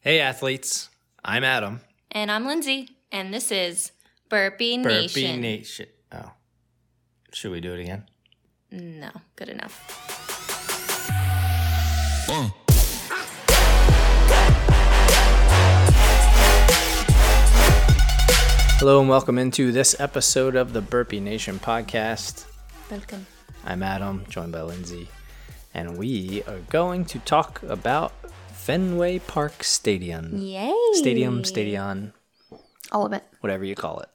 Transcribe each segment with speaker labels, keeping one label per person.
Speaker 1: Hey, athletes. I'm Adam.
Speaker 2: And I'm Lindsay, and this is Burpee,
Speaker 1: Burpee
Speaker 2: Nation.
Speaker 1: Nation. Oh. Should we do it again?
Speaker 2: no, good enough.
Speaker 3: Uh.
Speaker 1: Hello, and welcome into this episode of the Burpee Nation podcast.
Speaker 2: Welcome.
Speaker 1: I'm Adam, joined by Lindsay, and we are going to talk about Fenway Park Stadium.
Speaker 2: Yay.
Speaker 1: Stadium, stadion,
Speaker 2: All of it.
Speaker 1: whatever you call it,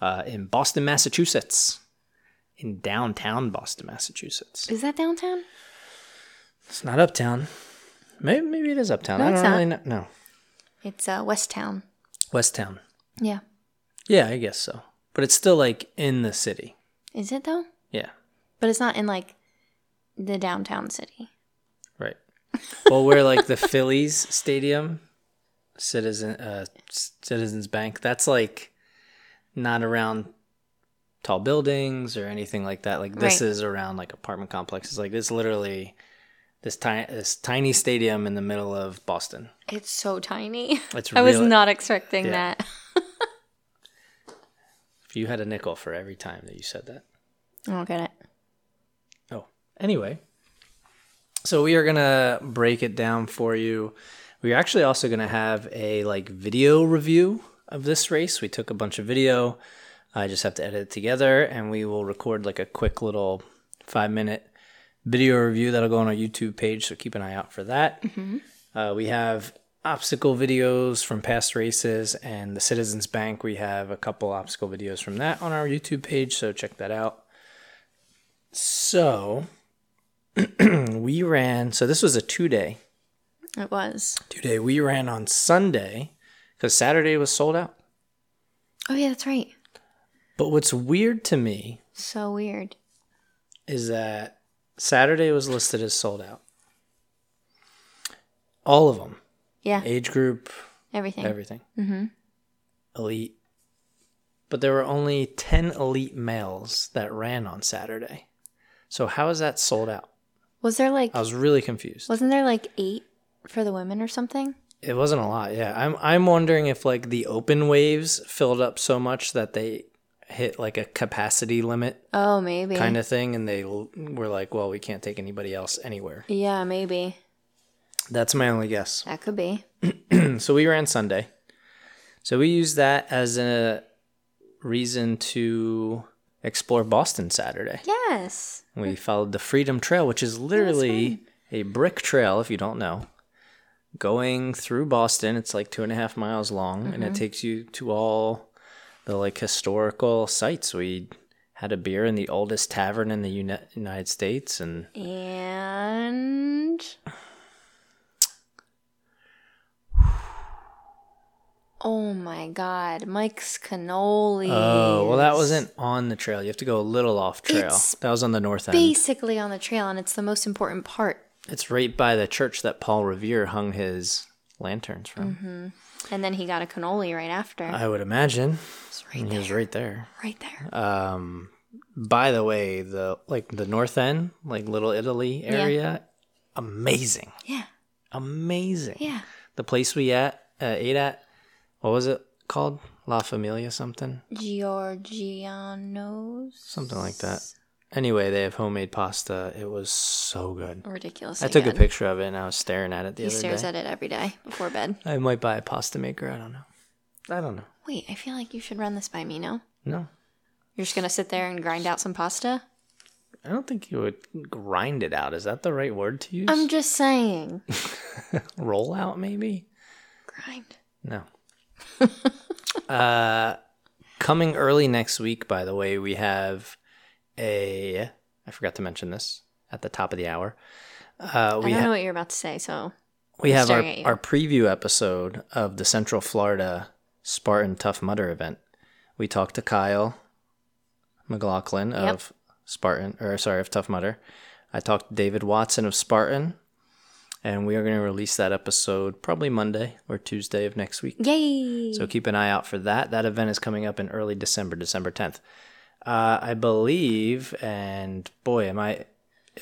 Speaker 1: uh, in Boston, Massachusetts, in downtown Boston, Massachusetts.
Speaker 2: Is that downtown?
Speaker 1: It's not uptown. Maybe, maybe it is uptown.
Speaker 2: No,
Speaker 1: I don't
Speaker 2: it's
Speaker 1: really know. No,
Speaker 2: It's uh, West Town.
Speaker 1: West Town.
Speaker 2: Yeah.
Speaker 1: Yeah, I guess so. But it's still like in the city.
Speaker 2: Is it though?
Speaker 1: Yeah,
Speaker 2: But it's not in like the downtown city.
Speaker 1: right. Well, we're like the Phillies Stadium, Citizen uh, Citizens Bank. That's like not around tall buildings or anything like that. Like this
Speaker 2: Right.
Speaker 1: is around like apartment complexes. Like this literally this tiny this tiny stadium in the middle of Boston.
Speaker 2: It's so tiny.
Speaker 1: It's
Speaker 2: I was
Speaker 1: really-
Speaker 2: not expecting
Speaker 1: Yeah.
Speaker 2: that.
Speaker 1: If you had a nickel for every time that you said that.
Speaker 2: I don't get it.
Speaker 1: Oh, anyway. So we are gonna break it down for you. We're actually also gonna have a like video review of this race. We took a bunch of video. I just have to edit it together, and we will record like a quick little five minute video review that'll go on our YouTube page. So keep an eye out for that. Uh, we have obstacle videos from past races and the Citizens Bank. We have a couple obstacle videos from that on our YouTube page. So check that out. So we ran. So this was a two day.
Speaker 2: It was.
Speaker 1: Two day. We ran on Sunday because Saturday was sold out.
Speaker 2: Oh, yeah, that's right.
Speaker 1: But what's weird to me
Speaker 2: So weird.
Speaker 1: is that Saturday was listed as sold out. All of them,
Speaker 2: Yeah,
Speaker 1: age group,
Speaker 2: everything.
Speaker 1: everything. Mm-hmm. Elite. But there were only 10 elite males that ran on Saturday. So how is that sold out?
Speaker 2: was there like,
Speaker 1: I was really confused.
Speaker 2: wasn't there like eight for the women or something?
Speaker 1: It wasn't a lot, yeah. I'm I'm wondering if like the open waves filled up so much that they hit like a capacity limit
Speaker 2: Oh, maybe.
Speaker 1: kind of thing and they l- were like, well, we can't take anybody else anywhere.
Speaker 2: Yeah, maybe.
Speaker 1: That's my only guess.
Speaker 2: That could be.
Speaker 1: so we ran Sunday. So we used that as a reason to explore Boston Saturday.
Speaker 2: Yes.
Speaker 1: We followed the Freedom Trail, which is literally a brick trail, if you don't know, going through Boston. It's like two and a half miles long, and
Speaker 2: Mm-hmm.
Speaker 1: it takes you to all the like historical sites. We had a beer in the oldest tavern in the Uni- United States, and
Speaker 2: And Oh my god, Mike's cannoli.
Speaker 1: oh, well, that wasn't on the trail. You have to go a little off trail.
Speaker 2: It's
Speaker 1: that was on the north end.
Speaker 2: basically on the trail and it's the most important part.
Speaker 1: It's right by the church that Paul Revere hung his lanterns from.
Speaker 2: Mm-hmm. And then he got a cannoli right after.
Speaker 1: I would imagine.
Speaker 2: it's
Speaker 1: I
Speaker 2: right
Speaker 1: mean, he
Speaker 2: there.
Speaker 1: was right there.
Speaker 2: Right there.
Speaker 1: Um, by the way, the like the North End, like Little Italy area, amazing,
Speaker 2: yeah.
Speaker 1: amazing.
Speaker 2: Yeah.
Speaker 1: The place we at uh, ate at, what was it called? La Familia something,
Speaker 2: Giorgiano's
Speaker 1: something like that. Anyway, they have homemade pasta. It was so good.
Speaker 2: ridiculous.
Speaker 1: I took a picture of it and I was staring at it the
Speaker 2: He
Speaker 1: other
Speaker 2: stares
Speaker 1: day.
Speaker 2: at it every day before bed.
Speaker 1: I might buy a pasta maker. I don't know. I don't know.
Speaker 2: Wait, I feel like you should run this by me now.
Speaker 1: No.
Speaker 2: You're just gonna sit there and grind out some pasta?
Speaker 1: I don't think you would grind it out. Is that the right word to use?
Speaker 2: I'm just saying.
Speaker 1: Roll out, maybe?
Speaker 2: Grind.
Speaker 1: No. uh, coming early next week, by the way, we have a. I forgot to mention this at the top of the hour. Uh,
Speaker 2: I
Speaker 1: we
Speaker 2: don't
Speaker 1: ha-
Speaker 2: know what you're about to say, so
Speaker 1: we have our,
Speaker 2: staring at you.
Speaker 1: our preview episode of the Central Florida Spartan Tough Mudder event. We talked to Kyle McLaughlin
Speaker 2: Yep.
Speaker 1: of Spartan, or sorry, of Tough Mudder. I talked to David Watson of Spartan, and we are going to release that episode probably Monday or Tuesday of next week.
Speaker 2: yay!
Speaker 1: So keep an eye out for that. That event is coming up in early December, December 10th. Uh, I believe, and boy, am I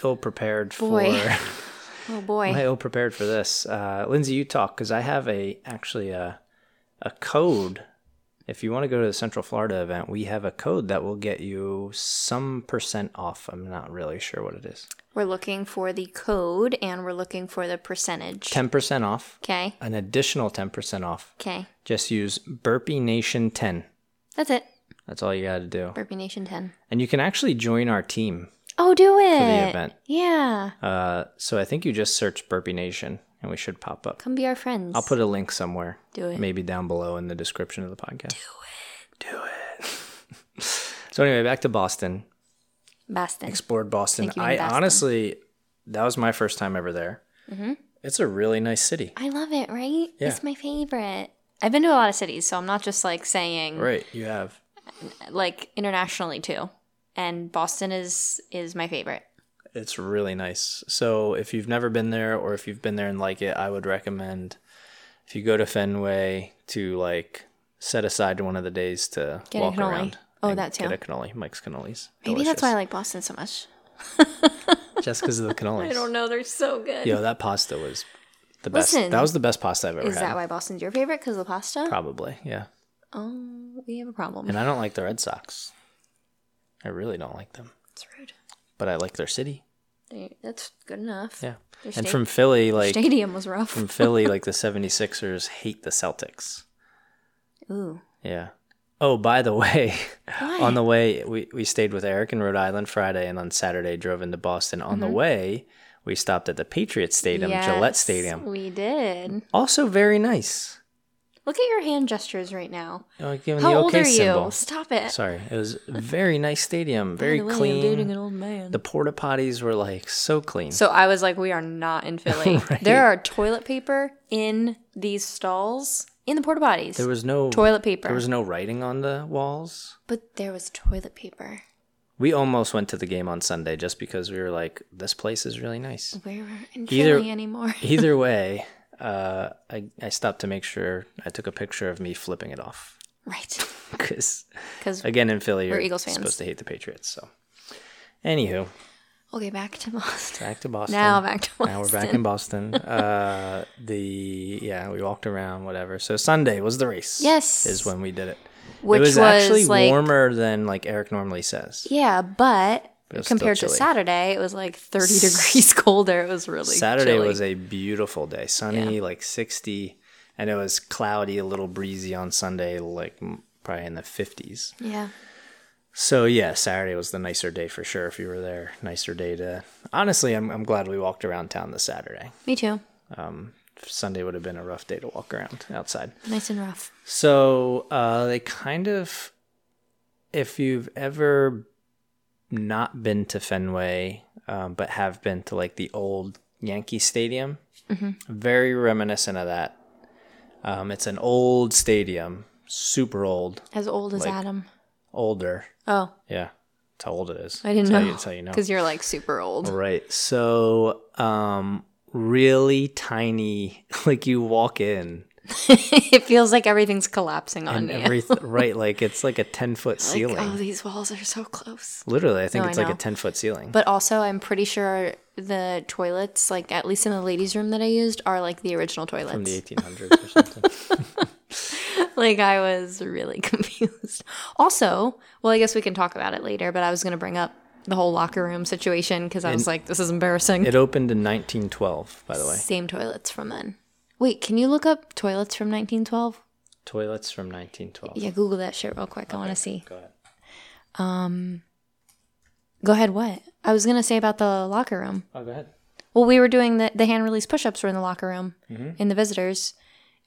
Speaker 1: ill prepared
Speaker 2: Boy.
Speaker 1: for
Speaker 2: Oh boy.
Speaker 1: I'm ill prepared for this. Uh, Lindsay, you talk because I have a actually a a code. If you want to go to the Central Florida event, we have a code that will get you some percent off. I'm not really sure what it is.
Speaker 2: We're looking for the code and we're looking for the percentage.
Speaker 1: Ten percent off,
Speaker 2: Okay.
Speaker 1: an additional ten percent off.
Speaker 2: Okay.
Speaker 1: Just use Burpee Nation ten.
Speaker 2: That's it.
Speaker 1: That's all you got to do,
Speaker 2: Burpee Nation 10.
Speaker 1: and you can actually join our team.
Speaker 2: Oh, do it.
Speaker 1: event.
Speaker 2: Yeah.
Speaker 1: Uh, so I think you just search Burpee Nation, and we should pop up.
Speaker 2: Come be our friends.
Speaker 1: I'll put a link somewhere.
Speaker 2: Do it.
Speaker 1: Maybe down below in the description of the podcast. Do it. Do it. so anyway, back to Boston.
Speaker 2: Boston.
Speaker 1: Explored Boston.
Speaker 2: Thank you,
Speaker 1: I
Speaker 2: Boston. Mm-hmm.
Speaker 1: honestly, that was my first time ever there. It's a really nice city.
Speaker 2: I love it, right?
Speaker 1: Yeah.
Speaker 2: It's my favorite. I've been to a lot of cities, so I'm not just like saying
Speaker 1: Right. You have.
Speaker 2: like internationally too. And Boston is is my favorite.
Speaker 1: It's really nice. So if you've never been there, or if you've been there and like it, I would recommend if you go to Fenway to like set aside one of the days to
Speaker 2: Get a
Speaker 1: walk
Speaker 2: cannoli.
Speaker 1: around.
Speaker 2: Oh,
Speaker 1: and
Speaker 2: that too.
Speaker 1: Get a cannoli. Mike's cannolis.
Speaker 2: Maybe that's why I like Boston so much.
Speaker 1: Just because of the cannolis.
Speaker 2: I don't know, they're so good.
Speaker 1: Yo, that pasta was the best.
Speaker 2: Listen.
Speaker 1: that was the best pasta I've ever
Speaker 2: Is
Speaker 1: had.
Speaker 2: that why Boston's your favorite? Because of the pasta?
Speaker 1: Probably, yeah.
Speaker 2: oh, we have a problem.
Speaker 1: And I don't like the Red Sox. I really don't like them,
Speaker 2: That's rude.
Speaker 1: but I like their city.
Speaker 2: They- That's good enough.
Speaker 1: Yeah.
Speaker 2: Their
Speaker 1: and
Speaker 2: sta-
Speaker 1: from Philly, like
Speaker 2: stadium was rough.
Speaker 1: from Philly, like the 76ers hate the Celtics.
Speaker 2: Ooh.
Speaker 1: Yeah. Oh, by the way,
Speaker 2: Why?
Speaker 1: on the way we, we stayed with Eric in Rhode Island Friday and on Saturday drove into Boston. On the way, we stopped at the Patriots Stadium, Gillette
Speaker 2: Mm-hmm. Yes,
Speaker 1: Stadium.
Speaker 2: We did.
Speaker 1: Also very nice.
Speaker 2: Look at your hand gestures right now.
Speaker 1: Oh, giving
Speaker 2: How
Speaker 1: the
Speaker 2: old
Speaker 1: okay
Speaker 2: are
Speaker 1: symbol.
Speaker 2: you? Stop it.
Speaker 1: Sorry. It was a very nice stadium,
Speaker 2: By
Speaker 1: very
Speaker 2: the way, I'm
Speaker 1: clean.
Speaker 2: dating an old man.
Speaker 1: The porta potties were like so clean.
Speaker 2: So I was like, we are not in Philly. There are toilet paper in these stalls in the porta potties.
Speaker 1: there was no
Speaker 2: toilet paper.
Speaker 1: There was no writing on the walls.
Speaker 2: but there was toilet paper.
Speaker 1: We almost went to the game on Sunday just because we were like, this place is really nice.
Speaker 2: We weren't in
Speaker 1: Either-
Speaker 2: Philly anymore.
Speaker 1: Either way, uh, I I stopped to make sure I took a picture of me flipping it off
Speaker 2: Right.
Speaker 1: because
Speaker 2: Because,
Speaker 1: again in Philly you're
Speaker 2: Eagles fans.
Speaker 1: supposed to hate the Patriots. So, anywho,
Speaker 2: okay, back to Boston.
Speaker 1: back to Boston.
Speaker 2: Now back to Boston.
Speaker 1: Now we're back in Boston. Uh, the yeah, we walked around, whatever. So Sunday was the race.
Speaker 2: Yes.
Speaker 1: is when we did it.
Speaker 2: Which
Speaker 1: it was,
Speaker 2: was,
Speaker 1: actually
Speaker 2: like,
Speaker 1: warmer than like Eric normally says.
Speaker 2: yeah, but
Speaker 1: it was still
Speaker 2: compared to
Speaker 1: chilly.
Speaker 2: Saturday, it was like 30 degrees colder. It was really
Speaker 1: Saturday
Speaker 2: chilly.
Speaker 1: was a beautiful day, sunny, like sixty, and it was cloudy, a little breezy on Sunday, like m- probably in the fifties.
Speaker 2: Yeah.
Speaker 1: So yeah, Saturday was the nicer day for sure. If you were there, nicer day to. Honestly, I'm I'm glad we walked around town this Saturday.
Speaker 2: Me too.
Speaker 1: Sunday would have been a rough day to walk around outside.
Speaker 2: Nice and rough.
Speaker 1: So uh, they kind of, if you've ever not been to Fenway, um, but have been to like the old Yankee Stadium,
Speaker 2: Mm-hmm.
Speaker 1: very reminiscent of that. Um, it's an old stadium, super old,
Speaker 2: As old as Adam.
Speaker 1: older.
Speaker 2: Oh,
Speaker 1: Yeah, that's how old it is.
Speaker 2: I didn't
Speaker 1: That's how
Speaker 2: know.
Speaker 1: you- that's how you know.
Speaker 2: Because you're like super old.
Speaker 1: Right. So, um, really tiny. Like you walk in,
Speaker 2: it feels like everything's collapsing on
Speaker 1: and
Speaker 2: you.
Speaker 1: every right, like it's like a ten foot
Speaker 2: Like,
Speaker 1: ceiling.
Speaker 2: oh, these walls are so close.
Speaker 1: Literally, I think
Speaker 2: No, I
Speaker 1: it's like a
Speaker 2: know.
Speaker 1: 10 foot ceiling.
Speaker 2: But also, I'm pretty sure the toilets, like at least in the ladies' room that I used, are like the original
Speaker 1: from
Speaker 2: toilets.
Speaker 1: the 1800s or something.
Speaker 2: like I was really confused. Also, well, I guess we can talk about it later. But I was gonna bring up the whole locker room situation because I was like, this is embarrassing.
Speaker 1: it opened in 1912, by the way.
Speaker 2: Same toilets from then. Wait, can you look up toilets from 1912?
Speaker 1: Toilets from 1912.
Speaker 2: Yeah, Google that shit real quick. I want to see.
Speaker 1: Go ahead.
Speaker 2: Go ahead. What I was gonna say about the locker room.
Speaker 1: Oh, go ahead.
Speaker 2: Well, we were doing the, the hand release push ups were in the locker room
Speaker 1: Mm-hmm.
Speaker 2: in the visitors,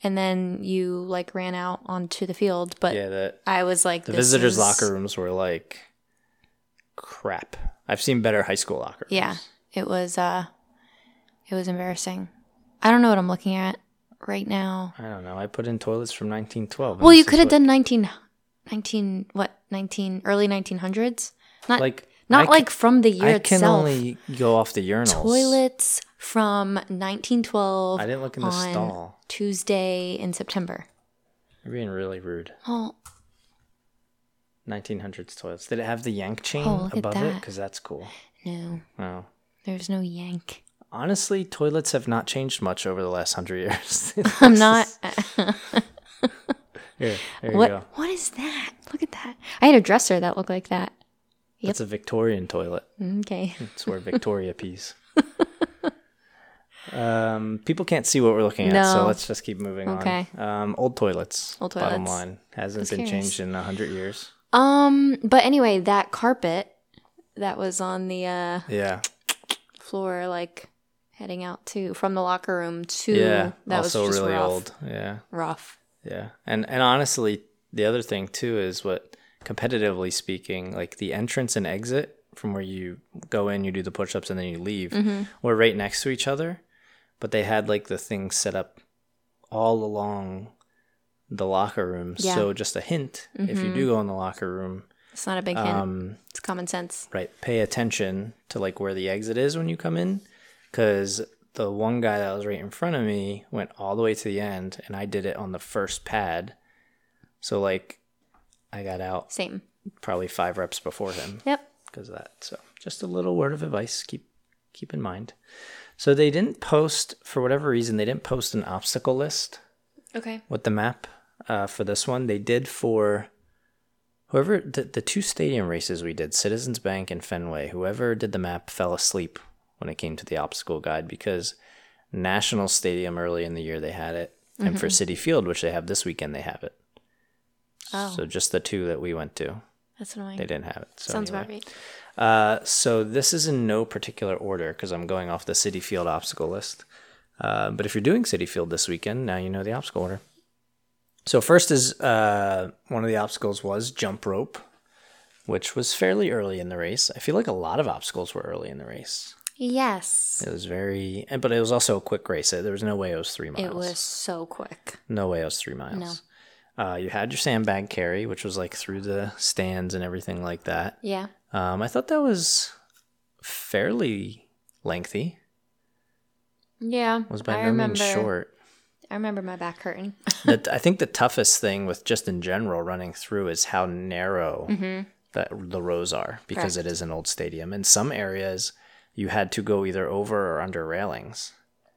Speaker 2: and then you like ran out onto the field. But
Speaker 1: Yeah, the,
Speaker 2: I was like,
Speaker 1: the
Speaker 2: Uh, this
Speaker 1: visitors'
Speaker 2: is-
Speaker 1: locker rooms were like crap. I've seen better high school locker rooms.
Speaker 2: Yeah, it was. uh It was embarrassing. I don't know what I'm looking at right now.
Speaker 1: I don't know. I put in toilets from 1912. and
Speaker 2: Well, you
Speaker 1: this is
Speaker 2: could have
Speaker 1: what-
Speaker 2: done 19, 19 what 19 early 1900s. Not like
Speaker 1: Like, I
Speaker 2: not
Speaker 1: ca-
Speaker 2: like from the year
Speaker 1: I can
Speaker 2: itself.
Speaker 1: only go off the urinals.
Speaker 2: Toilets from 1912.
Speaker 1: I didn't look in the
Speaker 2: on
Speaker 1: stall.
Speaker 2: Tuesday in September.
Speaker 1: You're being really rude.
Speaker 2: Oh,
Speaker 1: 1900s toilets. Did it have the yank chain
Speaker 2: Oh, look at
Speaker 1: above it?
Speaker 2: that.
Speaker 1: Because that's cool.
Speaker 2: No,
Speaker 1: Wow.
Speaker 2: there's no yank.
Speaker 1: honestly, toilets have not changed much over the last hundred years.
Speaker 2: I'm not. uh,
Speaker 1: Here, there
Speaker 2: what?
Speaker 1: you go.
Speaker 2: What is that? Look at that. I had a dresser that looked like that.
Speaker 1: That's a Victorian toilet.
Speaker 2: Okay.
Speaker 1: It's where Victoria pees. um, people can't see what we're looking at, so
Speaker 2: No.
Speaker 1: let's just keep moving
Speaker 2: Okay.
Speaker 1: on. Um, old toilets.
Speaker 2: Old
Speaker 1: Bottom
Speaker 2: toilets.
Speaker 1: line hasn't been
Speaker 2: curious.
Speaker 1: changed in a hundred years.
Speaker 2: Um. But anyway, that carpet that was on the uh,
Speaker 1: Yeah.
Speaker 2: floor, like heading out to from the locker room to
Speaker 1: yeah.
Speaker 2: that
Speaker 1: also
Speaker 2: was just
Speaker 1: really
Speaker 2: rough.
Speaker 1: old. Yeah.
Speaker 2: Rough.
Speaker 1: Yeah. And and honestly, the other thing too is what competitively speaking, like the entrance and exit from where you go in, you do the push ups and then you leave were right next to each other. But they had like the thing set up all along the locker room.
Speaker 2: Yeah.
Speaker 1: So just a hint, if you do go in the locker room,
Speaker 2: It's not a big hint.
Speaker 1: um,
Speaker 2: it's common sense.
Speaker 1: right, pay attention to like where the exit is when you come in. Cause the one guy that was right in front of me went all the way to the end and I did it on the first pad. So like I got out
Speaker 2: Same.
Speaker 1: probably five reps before him
Speaker 2: Yep.
Speaker 1: because of that. So just a little word of advice, keep keep in mind. So they didn't post for whatever reason, they didn't post an obstacle list
Speaker 2: Okay.
Speaker 1: with the map uh, for this one. They did for whoever the, the two stadium races we did, Citizens Bank and Fenway. Whoever did the map fell asleep when it came to the obstacle guide because National Stadium early in the year they had it, and for City Field, which they have this weekend, they have it.
Speaker 2: Mm-hmm. Oh.
Speaker 1: So just the two that we went to,
Speaker 2: That's
Speaker 1: they
Speaker 2: annoying.
Speaker 1: didn't have it. So
Speaker 2: Sounds
Speaker 1: anyway.
Speaker 2: about right.
Speaker 1: Uh, so this is in no particular order because I'm going off the City Field obstacle list. Uh, but if you're doing City Field this weekend, now you know the obstacle order. So first is uh, one of the obstacles was jump rope, which was fairly early in the race. I feel like a lot of obstacles were early in the race.
Speaker 2: Yes.
Speaker 1: It was very, and- but it was also a quick race. There was no way it was three miles.
Speaker 2: It was so quick.
Speaker 1: No way it was three miles. Uh, you had your sandbag carry, which was like through the stands and everything like that.
Speaker 2: Yeah.
Speaker 1: Um, I thought that was fairly lengthy.
Speaker 2: Yeah.
Speaker 1: Was by
Speaker 2: I
Speaker 1: no
Speaker 2: remember,
Speaker 1: means short.
Speaker 2: I remember my back hurting.
Speaker 1: the, I think the toughest thing with just in general running through is how narrow
Speaker 2: Mm. Mm-hmm.
Speaker 1: the, the rows are because it is an old stadium. In some areas, you had to go either over or under railings,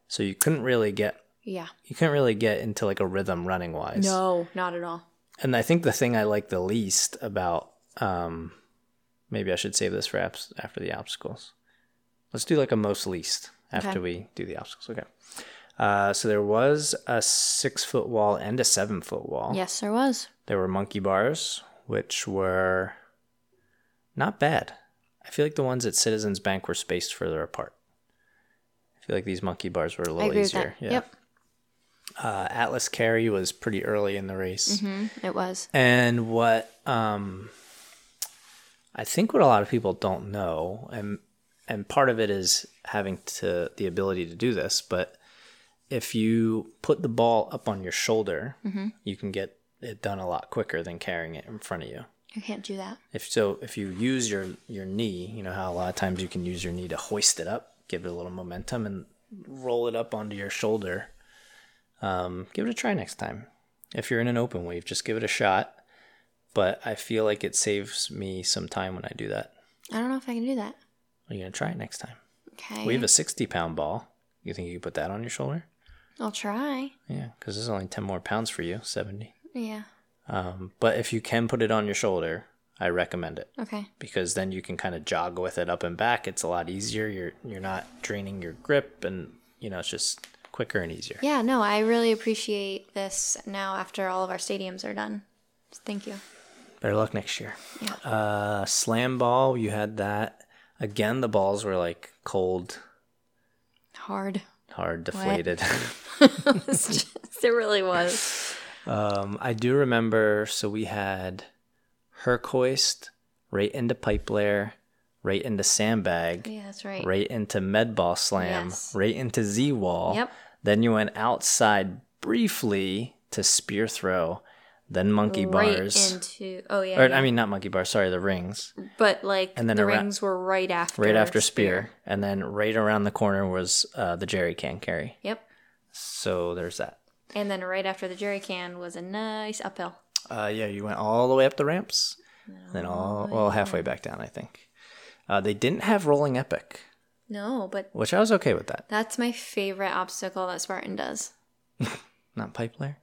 Speaker 1: so you couldn't really get
Speaker 2: yeah.
Speaker 1: you couldn't really get into like a rhythm running wise.
Speaker 2: No, not at all.
Speaker 1: And I think the thing I like the least about um, maybe I should save this for abs- after the obstacles. Let's do like a most least after
Speaker 2: Okay.
Speaker 1: we do the obstacles. Okay. Uh, so there was a six foot wall and a seven foot wall.
Speaker 2: Yes, there was.
Speaker 1: There were monkey bars, which were not bad. I feel like the ones at Citizens Bank were spaced further apart. I feel like these monkey bars were a
Speaker 2: I
Speaker 1: little
Speaker 2: agree
Speaker 1: easier.
Speaker 2: with that. Yep.
Speaker 1: Uh, Atlas Carry was pretty early in the race.
Speaker 2: Mm, it was.
Speaker 1: And what um, I think what a lot of people don't know, and and part of it is having to the ability to do this, but if you put the ball up on your shoulder, you can get it done a lot quicker than carrying it in front of you.
Speaker 2: You can't do that.
Speaker 1: If so, if you use your your knee, you know how a lot of times you can use your knee to hoist it up, give it a little momentum, and roll it up onto your shoulder. Um, give it a try next time. If you're in an open wave, just give it a shot. But I feel like it saves me some time when I do that.
Speaker 2: I don't know if I can do that.
Speaker 1: Are you gonna try it next time?
Speaker 2: Okay.
Speaker 1: We have a 60 pound ball. You think you could put that on your shoulder?
Speaker 2: I'll try.
Speaker 1: Yeah, because there's only 10 more pounds for you, 70.
Speaker 2: Yeah.
Speaker 1: Um, but if you can put it on your shoulder, I recommend it.
Speaker 2: Okay.
Speaker 1: because then you can kind of jog with it up and back. It's a lot easier. You're you're not draining your grip, and you know it's just quicker and easier.
Speaker 2: Yeah, no, I really appreciate this now after all of our stadiums are done. Thank you.
Speaker 1: Better luck next year.
Speaker 2: Yeah.
Speaker 1: Uh, slam ball, you had that again. The balls were like cold,
Speaker 2: Hard.
Speaker 1: hard, deflated.
Speaker 2: It's just- it really was.
Speaker 1: um, I do remember. So we had Herc hoist right into pipe layer, right into sandbag.
Speaker 2: Yeah, that's right.
Speaker 1: right into med ball slam,
Speaker 2: Yes.
Speaker 1: right into Z wall.
Speaker 2: Yep.
Speaker 1: Then you went outside briefly to spear throw, then monkey
Speaker 2: Right
Speaker 1: bars.
Speaker 2: into oh yeah,
Speaker 1: or
Speaker 2: yeah.
Speaker 1: I mean not monkey bars, sorry, the rings.
Speaker 2: but like
Speaker 1: and then
Speaker 2: the
Speaker 1: a ra-
Speaker 2: rings were right after
Speaker 1: Right after spear, and then right around the corner was uh, the jerry can carry.
Speaker 2: Yep.
Speaker 1: So there's that.
Speaker 2: And then right after the jerry can was a nice uphill.
Speaker 1: Uh, yeah, you went all the way up the ramps,
Speaker 2: Oh,
Speaker 1: then all well halfway back down, I think. Uh, they didn't have rolling epic.
Speaker 2: No, but
Speaker 1: which I was okay with that.
Speaker 2: that's my favorite obstacle that Spartan does.
Speaker 1: Not pipe layer.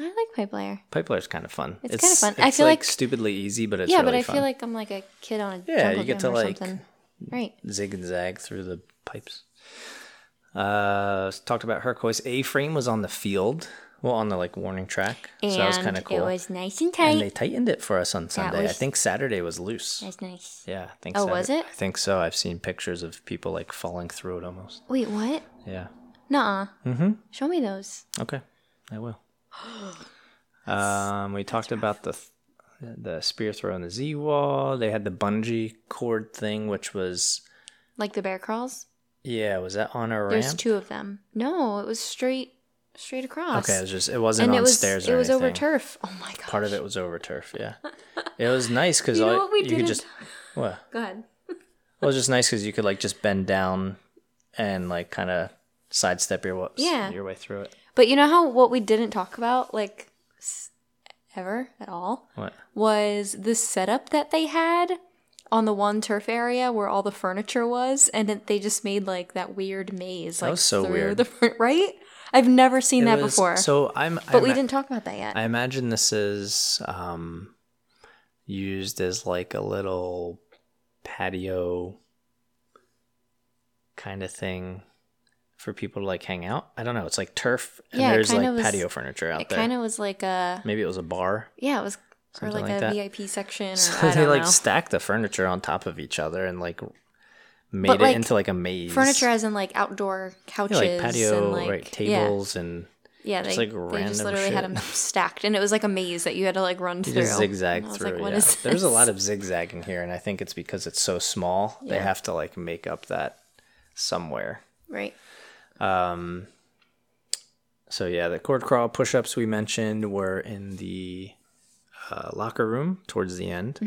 Speaker 2: I like pipe layer.
Speaker 1: Pipe layer's kind of fun.
Speaker 2: It's kinda fun. I feel like-
Speaker 1: stupidly easy, but it's
Speaker 2: yeah,
Speaker 1: really
Speaker 2: but I
Speaker 1: fun.
Speaker 2: feel like I'm like a kid on a
Speaker 1: Yeah,
Speaker 2: jungle
Speaker 1: you get
Speaker 2: gym
Speaker 1: to,
Speaker 2: or
Speaker 1: like-
Speaker 2: something. Right.
Speaker 1: zig and zag through the pipes. Uh, talked about Hercois. A frame was on the field, well, on the like warning track,
Speaker 2: And
Speaker 1: so that was kind of cool.
Speaker 2: it was nice and
Speaker 1: and
Speaker 2: tight.
Speaker 1: they tightened it for us on Sunday. I
Speaker 2: was-
Speaker 1: think Saturday was loose.
Speaker 2: That's nice.
Speaker 1: Yeah, I think.
Speaker 2: Oh,
Speaker 1: Satur-
Speaker 2: was it?
Speaker 1: I think so. I've seen pictures of people like falling through it almost.
Speaker 2: Wait, what?
Speaker 1: Yeah.
Speaker 2: Nuh uh.
Speaker 1: Mm-hmm.
Speaker 2: Show me those.
Speaker 1: Okay, I will. um, we talked about the th- the spear throw on the Z wall. They had the bungee cord thing, which was
Speaker 2: Like the bear crawls?
Speaker 1: yeah, was that on a ramp?
Speaker 2: There's two of them. No, it was straight straight across.
Speaker 1: Okay, it was just it wasn't
Speaker 2: and
Speaker 1: on
Speaker 2: it was
Speaker 1: stairs or
Speaker 2: it was
Speaker 1: anything.
Speaker 2: over turf. Oh my god.
Speaker 1: Part of it was over turf. Yeah, it was nice because
Speaker 2: You know
Speaker 1: all
Speaker 2: what we
Speaker 1: you could
Speaker 2: didn't-
Speaker 1: just what
Speaker 2: Go ahead.
Speaker 1: it was just nice because you could like just bend down and like kind of sidestep your whoops
Speaker 2: Yeah.
Speaker 1: your way through it.
Speaker 2: But you know how what we didn't talk about like s- ever at all
Speaker 1: What?
Speaker 2: was the setup that they had on the one turf area where all the furniture was, and it, they just made like that weird maze. Like,
Speaker 1: was so
Speaker 2: through
Speaker 1: weird.
Speaker 2: The fur- right? I've never seen
Speaker 1: It
Speaker 2: that
Speaker 1: was-
Speaker 2: before.
Speaker 1: So I'm.
Speaker 2: but
Speaker 1: I'm
Speaker 2: we didn't talk about that yet.
Speaker 1: I imagine this is um, used as like a little patio kind of thing for people to like hang out. I don't know. It's like turf and
Speaker 2: Yeah, it
Speaker 1: there's
Speaker 2: kinda
Speaker 1: like
Speaker 2: was-
Speaker 1: patio furniture out
Speaker 2: it
Speaker 1: there.
Speaker 2: kind of was like a
Speaker 1: Maybe it was a bar.
Speaker 2: yeah, it was or
Speaker 1: Something
Speaker 2: like,
Speaker 1: like
Speaker 2: a
Speaker 1: that.
Speaker 2: VIP section. Or,
Speaker 1: So
Speaker 2: I
Speaker 1: they
Speaker 2: don't
Speaker 1: like
Speaker 2: know.
Speaker 1: stacked the furniture on top of each other and like made it
Speaker 2: like,
Speaker 1: into like a maze.
Speaker 2: furniture as in like outdoor couches
Speaker 1: Yeah, like patio
Speaker 2: and like
Speaker 1: right,
Speaker 2: yeah.
Speaker 1: tables and
Speaker 2: Yeah,
Speaker 1: Just,
Speaker 2: they,
Speaker 1: like,
Speaker 2: they just
Speaker 1: random
Speaker 2: literally had
Speaker 1: shit.
Speaker 2: them stacked, and it was like a maze that you had to like run
Speaker 1: you
Speaker 2: through.
Speaker 1: just zigzag
Speaker 2: And I was
Speaker 1: through.
Speaker 2: Like, what
Speaker 1: yeah.
Speaker 2: is
Speaker 1: There's a
Speaker 2: this?
Speaker 1: lot of zigzagging here, and I think it's because it's so small. They
Speaker 2: Yeah.
Speaker 1: have to like make up that somewhere.
Speaker 2: right.
Speaker 1: Um, so yeah, the cord crawl push-ups we mentioned were in the uh, locker room towards the end.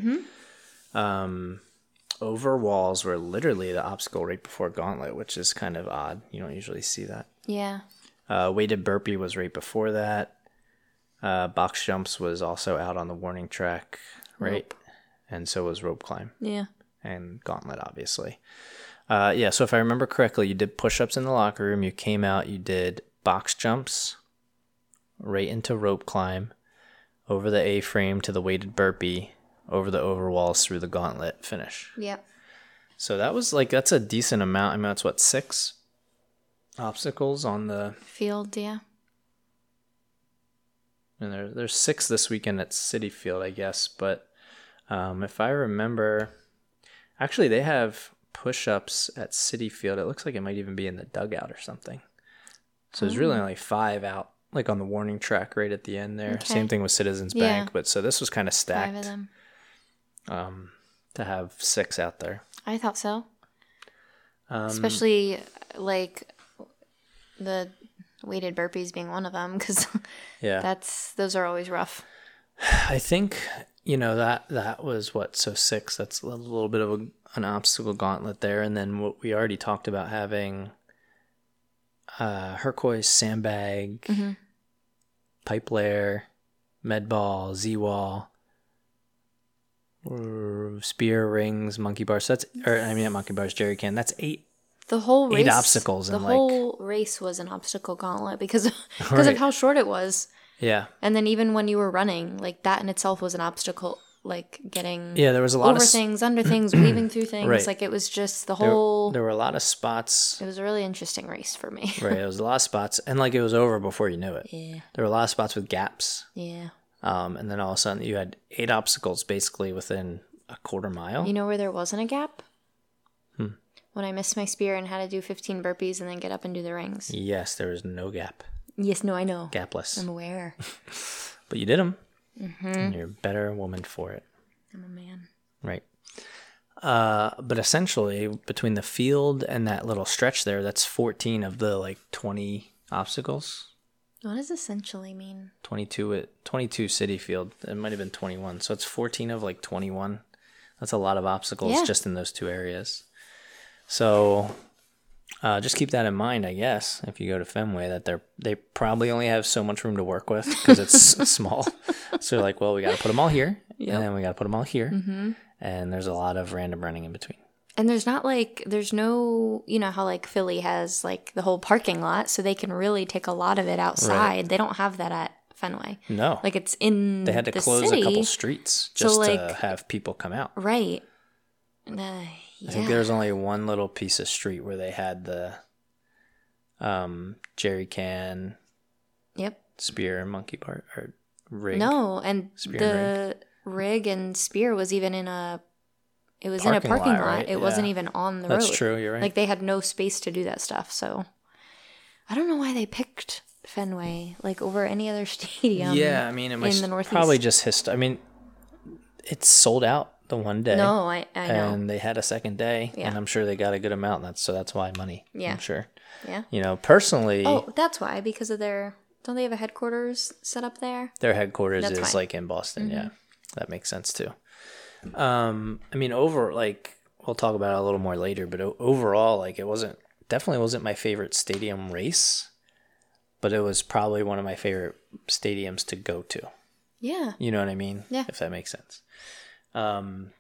Speaker 1: Um, over walls were literally the obstacle right before gauntlet, which is kind of odd. You don't usually see that.
Speaker 2: Yeah,
Speaker 1: Uh, weighted burpee was right before that. Uh, box jumps was also out on the warning track, right?
Speaker 2: Rope.
Speaker 1: And so was rope climb
Speaker 2: yeah.
Speaker 1: and gauntlet, obviously. Uh, yeah, so if I remember correctly, you did push ups in the locker room. You came out, you did box jumps right into rope climb, over the A frame to the weighted burpee, over the over walls through the gauntlet finish.
Speaker 2: Yep.
Speaker 1: So that was like, that's a decent amount. I mean, that's what, six obstacles on the
Speaker 2: Field, yeah.
Speaker 1: And there, there's six this weekend at City Field, I guess. But um, if I remember, actually, they have push ups at City Field. It looks like it might even be in the dugout or something. So there's
Speaker 2: Oh.
Speaker 1: really only five out, like on the warning track right at the end there.
Speaker 2: Okay.
Speaker 1: Same thing with Citizens
Speaker 2: Yeah.
Speaker 1: Bank. But so this was kind of
Speaker 2: Five of
Speaker 1: stacked
Speaker 2: them.
Speaker 1: um, to have six out there.
Speaker 2: I thought so.
Speaker 1: Um,
Speaker 2: Especially like the weighted burpees being one of them, because
Speaker 1: yeah.
Speaker 2: that's those are always rough.
Speaker 1: I think you know that that was what so six. That's a little bit of a, an obstacle gauntlet there, and then what we already talked about having uh Hercois sandbag,
Speaker 2: Mhm.
Speaker 1: pipe layer, med ball, Z wall, er, spear rings, monkey bars. That's or I mean not monkey bars, jerry can. That's eight.
Speaker 2: The whole
Speaker 1: Eight
Speaker 2: race,
Speaker 1: obstacles
Speaker 2: The
Speaker 1: and, like-
Speaker 2: whole race was an obstacle gauntlet because because
Speaker 1: Right.
Speaker 2: of how short it was,
Speaker 1: Yeah,
Speaker 2: and then even when you were running, like that in itself was an obstacle. Like getting
Speaker 1: yeah. There was a lot
Speaker 2: over
Speaker 1: of s-
Speaker 2: things, under things, weaving through things.
Speaker 1: Right.
Speaker 2: Like it was just the
Speaker 1: there,
Speaker 2: whole.
Speaker 1: there were a lot of spots.
Speaker 2: it was a really interesting race for me.
Speaker 1: Right, it was a lot of spots, and like it was over before you knew it.
Speaker 2: Yeah,
Speaker 1: There were a lot of spots with gaps.
Speaker 2: yeah.
Speaker 1: Um, and then all of a sudden, you had eight obstacles basically within a quarter mile.
Speaker 2: You know where there wasn't a gap?
Speaker 1: Hmm.
Speaker 2: When I missed my spear and had to do 15 burpees and then get up and do the rings.
Speaker 1: yes, there was no gap,
Speaker 2: Yes, no, I know.
Speaker 1: gapless.
Speaker 2: I'm aware.
Speaker 1: But you did them, and you're a better woman for it,
Speaker 2: I'm a man.
Speaker 1: right? Uh, but essentially, between the field and that little stretch there, that's 14 of the like 20 obstacles.
Speaker 2: What does essentially mean?
Speaker 1: 22 at 22 city field. It might have been 21. So it's 14 of like 21. That's a lot of obstacles
Speaker 2: Yeah.
Speaker 1: just in those two areas. So uh, just keep that in mind, I guess, if you go to Fenway, that they're they probably only have so much room to work with because it's small. So they're
Speaker 2: Mm-hmm.
Speaker 1: like, well, we got to put them all here, and then we got to put them all here, and there's a lot of random running in between.
Speaker 2: And there's not like there's no you know how like Philly has like the whole parking lot, so they can really take a lot of it outside. They don't have that at Fenway.
Speaker 1: No,
Speaker 2: Like it's in
Speaker 1: they had to
Speaker 2: the
Speaker 1: close
Speaker 2: city,
Speaker 1: a couple streets
Speaker 2: So,
Speaker 1: just to
Speaker 2: like-
Speaker 1: have people come out.
Speaker 2: right? And, uh,
Speaker 1: I think
Speaker 2: yeah,
Speaker 1: there's only one little piece of street where they had the um, jerry can
Speaker 2: yep.
Speaker 1: spear monkey part or rig.
Speaker 2: No, and
Speaker 1: Spear
Speaker 2: the rig and spear was even in a. It was in a
Speaker 1: Parking lot,
Speaker 2: parking lot.
Speaker 1: right?
Speaker 2: It wasn't
Speaker 1: Yeah.
Speaker 2: even on the road.
Speaker 1: that's true. You're right.
Speaker 2: Like they had no space to do that stuff. So I don't know why they picked Fenway like over any other stadium.
Speaker 1: yeah, I mean, it must
Speaker 2: um, the Northeast.
Speaker 1: probably just hist. I mean, it's sold out the one day.
Speaker 2: No, I I know.
Speaker 1: and they had a second day,
Speaker 2: Yeah.
Speaker 1: and I'm sure they got a good amount. That's so that's why money.
Speaker 2: Yeah.
Speaker 1: I'm sure.
Speaker 2: yeah.
Speaker 1: You know, personally,
Speaker 2: Oh, that's why because of their don't they have a headquarters set up there?
Speaker 1: their headquarters
Speaker 2: That's
Speaker 1: is
Speaker 2: fine. Mm-hmm.
Speaker 1: like in Boston. Yeah, that makes sense too. Um, I mean, over like we'll talk about it a little more later, but o- overall, like it wasn't definitely wasn't my favorite stadium race, but it was probably one of my favorite stadiums to go to.
Speaker 2: Yeah.
Speaker 1: You know what I mean?
Speaker 2: Yeah.
Speaker 1: If that makes sense. Um,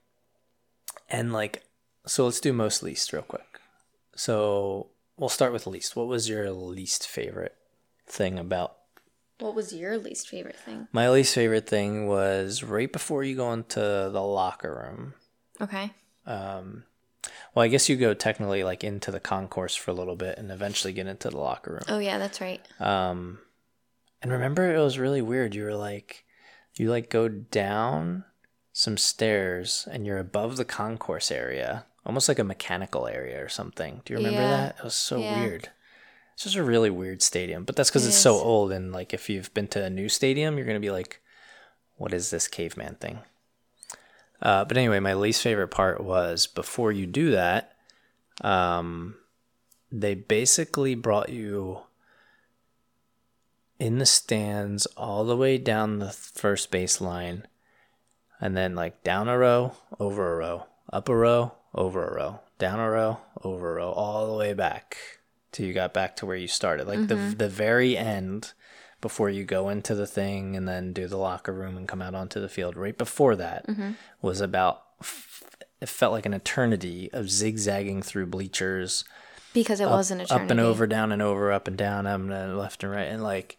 Speaker 1: and like, so let's do most least real quick. So we'll start with least. What was your least favorite thing about
Speaker 2: What was your least favorite thing?
Speaker 1: my least favorite thing was right before you go into the locker room.
Speaker 2: Okay.
Speaker 1: Um, well, I guess you go technically like into the concourse for a little bit and eventually get into the locker room.
Speaker 2: Oh yeah, that's right.
Speaker 1: Um, and remember, it was really weird. You were like, you like go down some stairs and you're above the concourse area, almost like a mechanical area or something. Do you remember
Speaker 2: Yeah.
Speaker 1: that? It was so
Speaker 2: Yeah.
Speaker 1: weird. It's just a really weird stadium, but that's because
Speaker 2: It
Speaker 1: it's so
Speaker 2: is.
Speaker 1: old. And like, if you've been to a new stadium, you're gonna be like, "What is this caveman thing?" Uh, but anyway, my least favorite part was before you do that, um, they basically brought you in the stands all the way down the first base line and then like down a row, over a row, up a row, over a row, down a row, over a row, all the way back till you got back to where you started. Like
Speaker 2: Mm-hmm.
Speaker 1: the the very end before you go into the thing and then do the locker room and come out onto the field. Right before that
Speaker 2: Mm-hmm.
Speaker 1: was about f- it felt like an eternity of zigzagging through bleachers
Speaker 2: Because it was an eternity.
Speaker 1: up and over, down and over, up and down, up and down, left and right. And like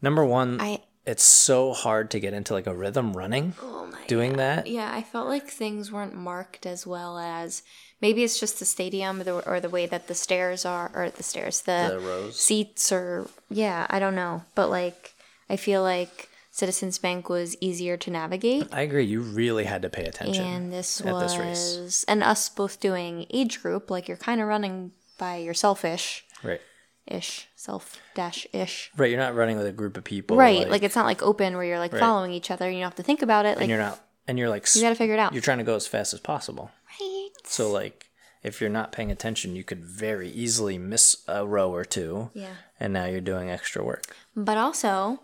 Speaker 1: number one,
Speaker 2: I
Speaker 1: it's so hard to get into like a rhythm running
Speaker 2: oh my
Speaker 1: doing that.
Speaker 2: Yeah, I felt like things weren't marked as well as maybe it's just the stadium or the, or the way that the stairs are or the stairs
Speaker 1: The
Speaker 2: the,
Speaker 1: rows.
Speaker 2: seats or yeah, I don't know, but like I feel like Citizens Bank was easier to navigate
Speaker 1: I agree. You really had to pay attention.
Speaker 2: and this
Speaker 1: at
Speaker 2: was
Speaker 1: this race.
Speaker 2: and us both doing age group like you're kind of running by yourselfish
Speaker 1: right.
Speaker 2: ish self dash ish.
Speaker 1: Right. You're not running with a group of people.
Speaker 2: Right, like, it's not like open where you're like
Speaker 1: Right.
Speaker 2: following each other. You don't have to think about it. Like
Speaker 1: and
Speaker 2: you
Speaker 1: you're not, and you're like,
Speaker 2: got to figure it out.
Speaker 1: you're trying to go as fast as possible.
Speaker 2: Right.
Speaker 1: So like, if you're not paying attention, you could very easily miss a row or two.
Speaker 2: Yeah.
Speaker 1: And now you're doing extra work.
Speaker 2: But also,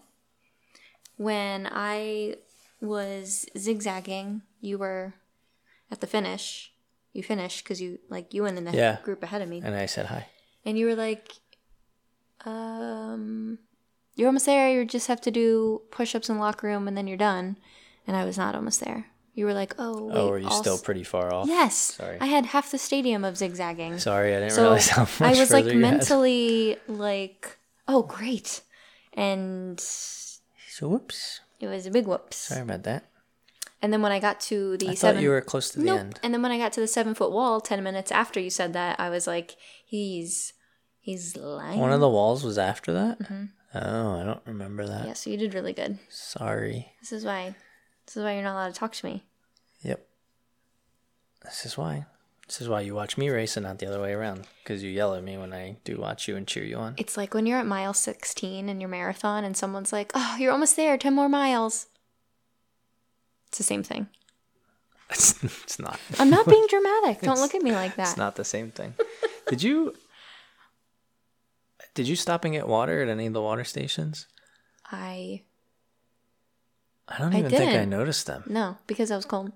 Speaker 2: when I was zigzagging, you were at the finish. You finished because you like you went in the
Speaker 1: Yeah.
Speaker 2: group ahead of me,
Speaker 1: And I said hi.
Speaker 2: and you were like, "Um, you're almost there. You just have to do push-ups in the locker room, and then you're done." And I was not almost there. You were like, "Oh, wait,
Speaker 1: oh, are you
Speaker 2: I'll
Speaker 1: still
Speaker 2: s-
Speaker 1: pretty far off?
Speaker 2: yes,
Speaker 1: Sorry.
Speaker 2: I had half the stadium of zigzagging.
Speaker 1: Sorry, I didn't
Speaker 2: So
Speaker 1: realize how much
Speaker 2: I was like
Speaker 1: further you had.
Speaker 2: mentally like, "Oh, great," and
Speaker 1: So whoops.
Speaker 2: It was a big whoops.
Speaker 1: Sorry about that.
Speaker 2: And then when I got to the
Speaker 1: I
Speaker 2: seven,
Speaker 1: thought you were close to the
Speaker 2: nope.
Speaker 1: end.
Speaker 2: And then when I got to the seven foot wall, ten minutes after you said that, I was like, he's he's lying.
Speaker 1: One of the walls was after that.
Speaker 2: Mm-hmm.
Speaker 1: Oh, I don't remember that.
Speaker 2: yeah, so you did really good.
Speaker 1: Sorry.
Speaker 2: This is why, this is why you're not allowed to talk to me.
Speaker 1: Yep. This is why. This is why you watch me race and not the other way around. Because you yell at me when I do watch you and cheer you on.
Speaker 2: It's like when you're at mile sixteen in your marathon, and someone's like, oh, you're almost there, ten more miles. It's the same thing.
Speaker 1: It's, it's not.
Speaker 2: I'm not being dramatic. Don't look at me like that.
Speaker 1: It's not the same thing. Did you? Did you stop and get water at any of the water stations?
Speaker 2: I
Speaker 1: I don't
Speaker 2: I
Speaker 1: even think I
Speaker 2: didn't.
Speaker 1: noticed them.
Speaker 2: no because I was cold.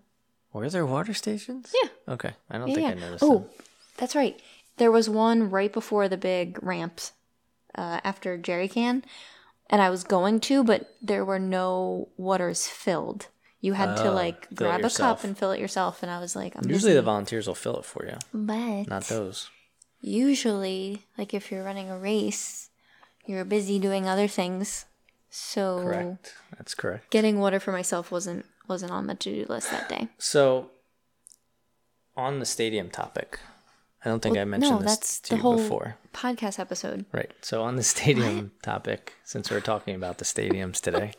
Speaker 1: Were there water stations?
Speaker 2: Yeah.
Speaker 1: Okay. I don't
Speaker 2: Yeah,
Speaker 1: think
Speaker 2: yeah.
Speaker 1: I noticed
Speaker 2: Oh,
Speaker 1: them.
Speaker 2: that's right. There was one right before the big ramp uh, after Jerry Can, and I was going to, but there were no waters filled. You had to like
Speaker 1: Oh, fill it
Speaker 2: grab a
Speaker 1: yourself.
Speaker 2: cup and fill it yourself. And I was like, I'm
Speaker 1: Usually the
Speaker 2: busy.
Speaker 1: volunteers will fill it for you,
Speaker 2: but
Speaker 1: not those.
Speaker 2: usually, like if you're running a race, you're busy doing other things. So
Speaker 1: Correct. That's correct.
Speaker 2: getting water for myself wasn't wasn't on my to do list that day.
Speaker 1: So, on the stadium topic, I don't think I mentioned
Speaker 2: no,
Speaker 1: this
Speaker 2: that's
Speaker 1: to
Speaker 2: the
Speaker 1: you
Speaker 2: whole
Speaker 1: before.
Speaker 2: podcast episode.
Speaker 1: Right. So on the stadium topic, since we're talking about the stadiums today,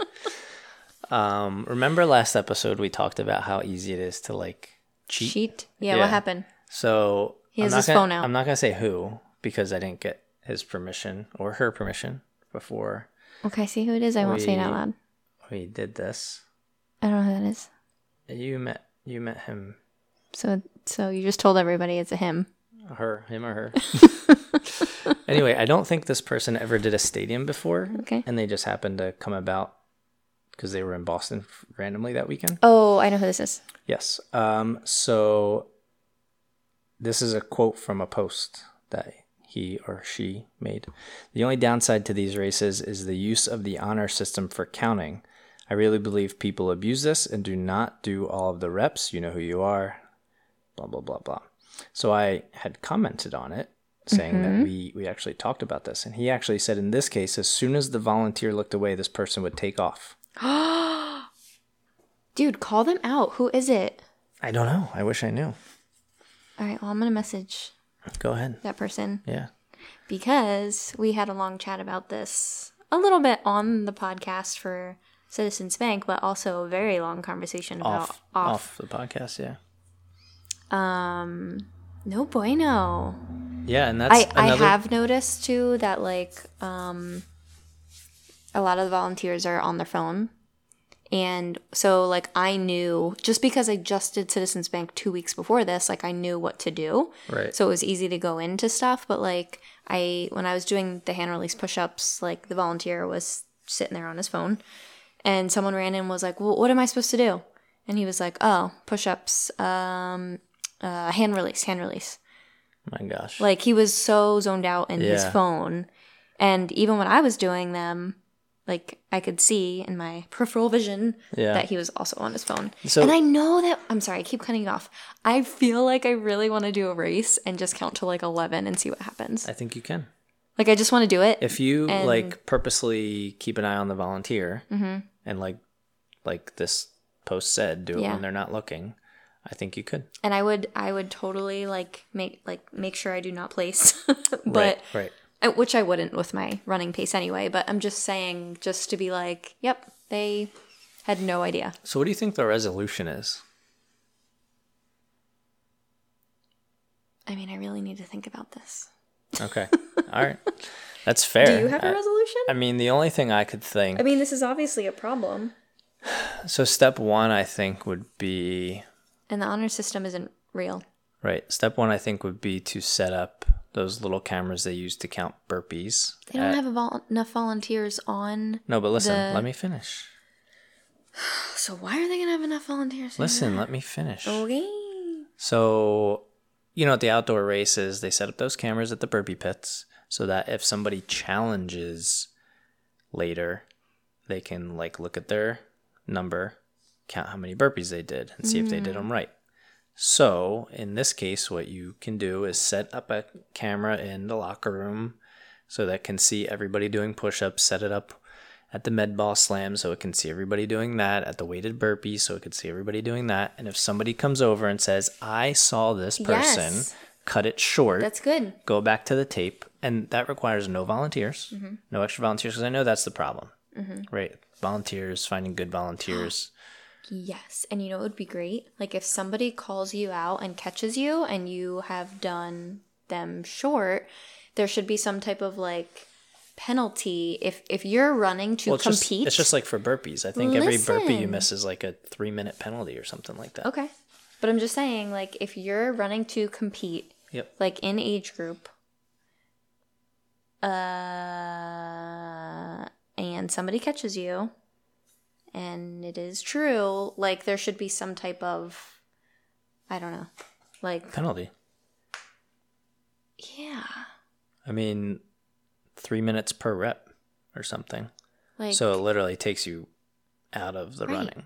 Speaker 1: um, remember last episode we talked about how easy it is to like cheat.
Speaker 2: Sheet. Yeah,
Speaker 1: Yeah.
Speaker 2: what happened?
Speaker 1: So
Speaker 2: He has
Speaker 1: I'm not
Speaker 2: his
Speaker 1: gonna,
Speaker 2: phone out.
Speaker 1: I'm not gonna say who because I didn't get his permission or her permission before
Speaker 2: Okay, see who it is. I won't say it out
Speaker 1: We-
Speaker 2: loud.
Speaker 1: we did this.
Speaker 2: I don't know who that is.
Speaker 1: You met you met him,
Speaker 2: So so you just told everybody it's a him.
Speaker 1: her, him or her. anyway, I don't think this person ever did a stadium before,
Speaker 2: Okay.
Speaker 1: and they just happened to come about because they were in Boston f- randomly that weekend.
Speaker 2: Oh, I know who this is.
Speaker 1: Yes. Um, so this is a quote from a post that he or she made. The only downside to these races is the use of the honor system for counting. I really believe people abuse this and do not do all of the reps. You know who you are. Blah blah blah blah. So I had commented on it, saying that we we actually talked about this, and he actually said in this case, as soon as the volunteer looked away, this person would take off.
Speaker 2: Dude, call them out. Who is it?
Speaker 1: I don't know. I wish I knew.
Speaker 2: All right, well, I'm going to message
Speaker 1: Go ahead.
Speaker 2: that person
Speaker 1: Yeah.
Speaker 2: because we had a long chat about this a little bit on the podcast for Citizens Bank, but also a very long conversation about
Speaker 1: off, off the podcast. Yeah,
Speaker 2: Um, no bueno.
Speaker 1: yeah, and that's
Speaker 2: I, I
Speaker 1: another.
Speaker 2: have noticed too that like um, a lot of the volunteers are on their phone. And so like I knew just because I just did Citizens Bank 2 weeks before this, like I knew what to do.
Speaker 1: Right.
Speaker 2: So it was easy to go into stuff, but like I when I was doing the hand release push-ups, like the volunteer was sitting there on his phone and someone ran in and was like, "Well, what am I supposed to do?" And he was like, "Oh, push-ups, um uh hand release, hand release."
Speaker 1: my gosh,
Speaker 2: Like he was so zoned out in his
Speaker 1: Yeah.
Speaker 2: phone. And even when I was doing them, like I could see in my peripheral vision
Speaker 1: Yeah.
Speaker 2: that he was also on his phone.
Speaker 1: So-
Speaker 2: and I know that I'm sorry, I keep cutting you off. I feel like I really want to do a race and just count to like 11 and see what happens.
Speaker 1: I think you can
Speaker 2: Like I just want to do it.
Speaker 1: if you
Speaker 2: And- Mm-hmm.
Speaker 1: like purposely keep an eye on the volunteer and like like this post said, do it
Speaker 2: Yeah.
Speaker 1: when they're not looking. I think you could.
Speaker 2: and I would I would totally like make like make sure I do not place.
Speaker 1: Right,
Speaker 2: but
Speaker 1: right.
Speaker 2: Uh, which I wouldn't with my running pace anyway, but I'm just saying just to be like, yep, they had no idea.
Speaker 1: So, what do you think the resolution is?
Speaker 2: I mean, I really need to think about this.
Speaker 1: Okay, all right, that's fair.
Speaker 2: Do you have a
Speaker 1: I-
Speaker 2: resolution?
Speaker 1: I mean, the only thing I could think.
Speaker 2: I mean, this is obviously a problem.
Speaker 1: so, step one, I think, would be
Speaker 2: And the honor system isn't real.
Speaker 1: right. Step one, I think, would be to set up those little cameras they use to count burpees.
Speaker 2: They don't
Speaker 1: at-
Speaker 2: have a vol- enough volunteers on.
Speaker 1: No, but listen,
Speaker 2: the-
Speaker 1: let me finish.
Speaker 2: So why are they going to have enough volunteers?
Speaker 1: Listen, let me finish.
Speaker 2: Okay.
Speaker 1: So, you know, at the outdoor races, they set up those cameras at the burpee pits so that if somebody challenges later, they can like look at their number, count how many burpees they did, and see if they did them
Speaker 2: Mm.
Speaker 1: right. So, in this case, what you can do is set up a camera in the locker room so that can see everybody doing push ups, set it up at the med ball slam so it can see everybody doing that, at the weighted burpee so it can see everybody doing that. And if somebody comes over and says, I saw this person,
Speaker 2: Yes.
Speaker 1: cut it short,
Speaker 2: That's good.
Speaker 1: go back to the tape. And that requires no volunteers,
Speaker 2: Mm-hmm.
Speaker 1: no extra volunteers, because I know that's the problem, right? Volunteers, finding good volunteers.
Speaker 2: Yes. And you know what would be great? Like if somebody calls you out and catches you and you have done them short, there should be some type of like penalty if if you're running to
Speaker 1: Well, it's, just,
Speaker 2: compete.
Speaker 1: it's just like for burpees. I think every burpee you
Speaker 2: Listen.
Speaker 1: miss is like a three minute penalty or something like that.
Speaker 2: Okay. But I'm just saying, like, if you're running to compete,
Speaker 1: Yep.
Speaker 2: like in age group, uh, and somebody catches you, and it is true, like, there should be some type of, I don't know, like,
Speaker 1: Penalty.
Speaker 2: yeah,
Speaker 1: I mean, three minutes per rep or something.
Speaker 2: like,
Speaker 1: so it literally takes you out of the
Speaker 2: Right.
Speaker 1: running.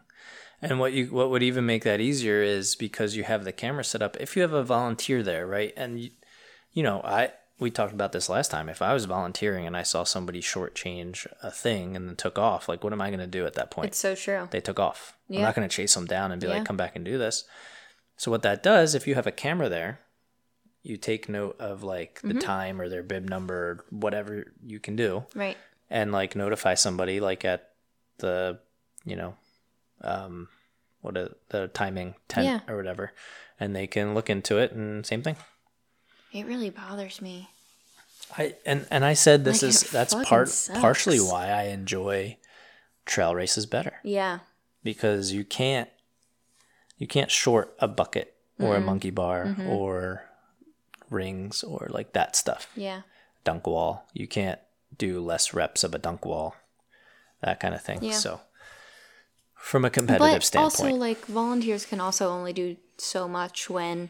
Speaker 1: And what you what would even make that easier is because you have the camera set up. If you have a volunteer there, right? And you, you know, I we talked about this last time. If I was volunteering and I saw somebody shortchange a thing and then took off, like what am I going to do at that point?
Speaker 2: It's so true.
Speaker 1: they took off. I'm
Speaker 2: Yeah.
Speaker 1: not going to chase them down and be
Speaker 2: Yeah.
Speaker 1: like, come back and do this. So what that does, if you have a camera there, you take note of like
Speaker 2: Mm-hmm.
Speaker 1: the time or their bib number, or whatever you can do,
Speaker 2: Right.
Speaker 1: and like notify somebody like at the, you know, um, what a, the timing tent
Speaker 2: Yeah.
Speaker 1: or whatever, and they can look into it and same thing.
Speaker 2: It really bothers me.
Speaker 1: I and and I said this
Speaker 2: Like,
Speaker 1: is
Speaker 2: it
Speaker 1: that's
Speaker 2: fucking
Speaker 1: part
Speaker 2: sucks.
Speaker 1: partially why I enjoy trail races better.
Speaker 2: Yeah.
Speaker 1: because you can't you can't short a bucket or
Speaker 2: Mm-hmm.
Speaker 1: a monkey bar or rings or like that stuff
Speaker 2: Yeah.
Speaker 1: dunk wall you can't do less reps of a dunk wall that kind of thing
Speaker 2: Yeah.
Speaker 1: so from a competitive standpoint
Speaker 2: also like volunteers can also only do so much when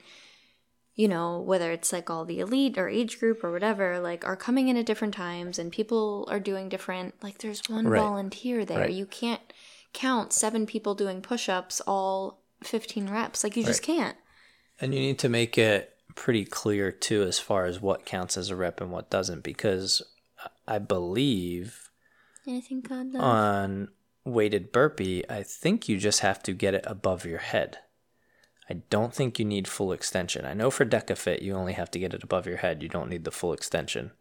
Speaker 2: you know whether it's like all the elite or age group or whatever like are coming in at different times and people are doing different like there's one
Speaker 1: Right.
Speaker 2: volunteer there
Speaker 1: Right.
Speaker 2: you can't count seven people doing push-ups all 15 reps like you just can't
Speaker 1: and you need to make it pretty clear too as far as what counts as a rep and what doesn't because i believe
Speaker 2: anything god love
Speaker 1: Uh, on weighted burpee, I think you just have to get it above your head. I don't think you need full extension. I know for DecaFit, you only have to get it above your head. You don't need the full extension.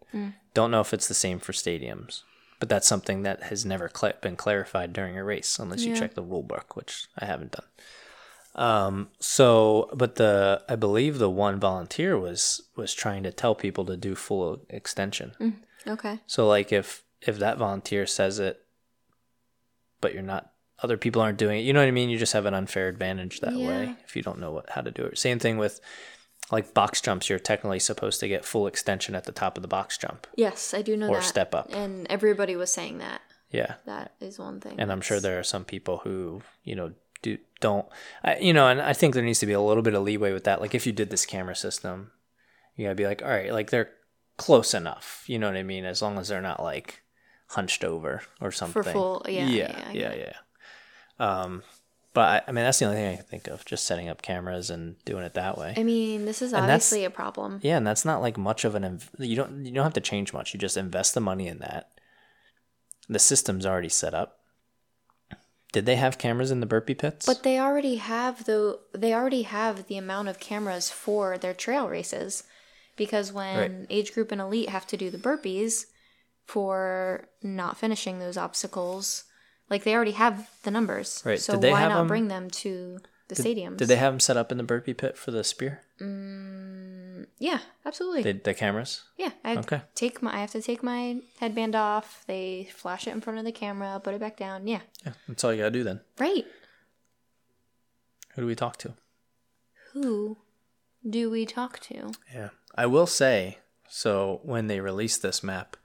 Speaker 1: Don't know if it's the same for stadiums, but that's something that has never cla been clarified during a race unless you
Speaker 2: Yeah.
Speaker 1: check the rule book, which I haven't done. Um, so, but the I believe the one volunteer was was trying to tell people to do full extension.
Speaker 2: okay
Speaker 1: So like if if that volunteer says it, but you're not other people aren't doing it, you know what I mean? You just have an unfair advantage that
Speaker 2: Yeah.
Speaker 1: way if you don't know what how to do it. Same thing with like box jumps, you're technically supposed to get full extension at the top of the box jump
Speaker 2: yes i do know
Speaker 1: or
Speaker 2: that
Speaker 1: step up.
Speaker 2: and everybody was saying that
Speaker 1: Yeah.
Speaker 2: that is one thing
Speaker 1: And I'm sure there are some people who, you know, do don't I, you know, and I think there needs to be a little bit of leeway with that. Like if you did this camera system, you gotta be like, all right, like they're close enough. You know what I mean? As long as they're not like hunched over or something.
Speaker 2: full- yeah, yeah,
Speaker 1: yeah,
Speaker 2: I
Speaker 1: yeah, yeah. Um, but I, I mean, that's the only thing I can think of, just setting up cameras and doing it that way.
Speaker 2: i mean this is
Speaker 1: that's-
Speaker 2: obviously a problem
Speaker 1: Yeah, and that's not like much of an inv- you don't you don't have to change much. You just invest the money in that. The system's already set up. Did they have cameras in the burpee pits?
Speaker 2: But they already have the they already have the amount of cameras for their trail races, because when age group and elite have to do the burpees for not finishing those obstacles, like they already have the numbers.
Speaker 1: Right,
Speaker 2: So
Speaker 1: did they
Speaker 2: why
Speaker 1: have
Speaker 2: not
Speaker 1: them-
Speaker 2: bring them to the stadiums?
Speaker 1: did they have them set up in the burpee pit for the spear?
Speaker 2: yeah, absolutely.
Speaker 1: Did the cameras?
Speaker 2: yeah, I
Speaker 1: Okay.
Speaker 2: take my I have to take my headband off. They flash it in front of the camera, put it back down. Yeah,
Speaker 1: Yeah, that's all you gotta do then.
Speaker 2: right.
Speaker 1: Who do we talk to?
Speaker 2: Who do we talk to?
Speaker 1: Yeah, I will say. So when they released this map,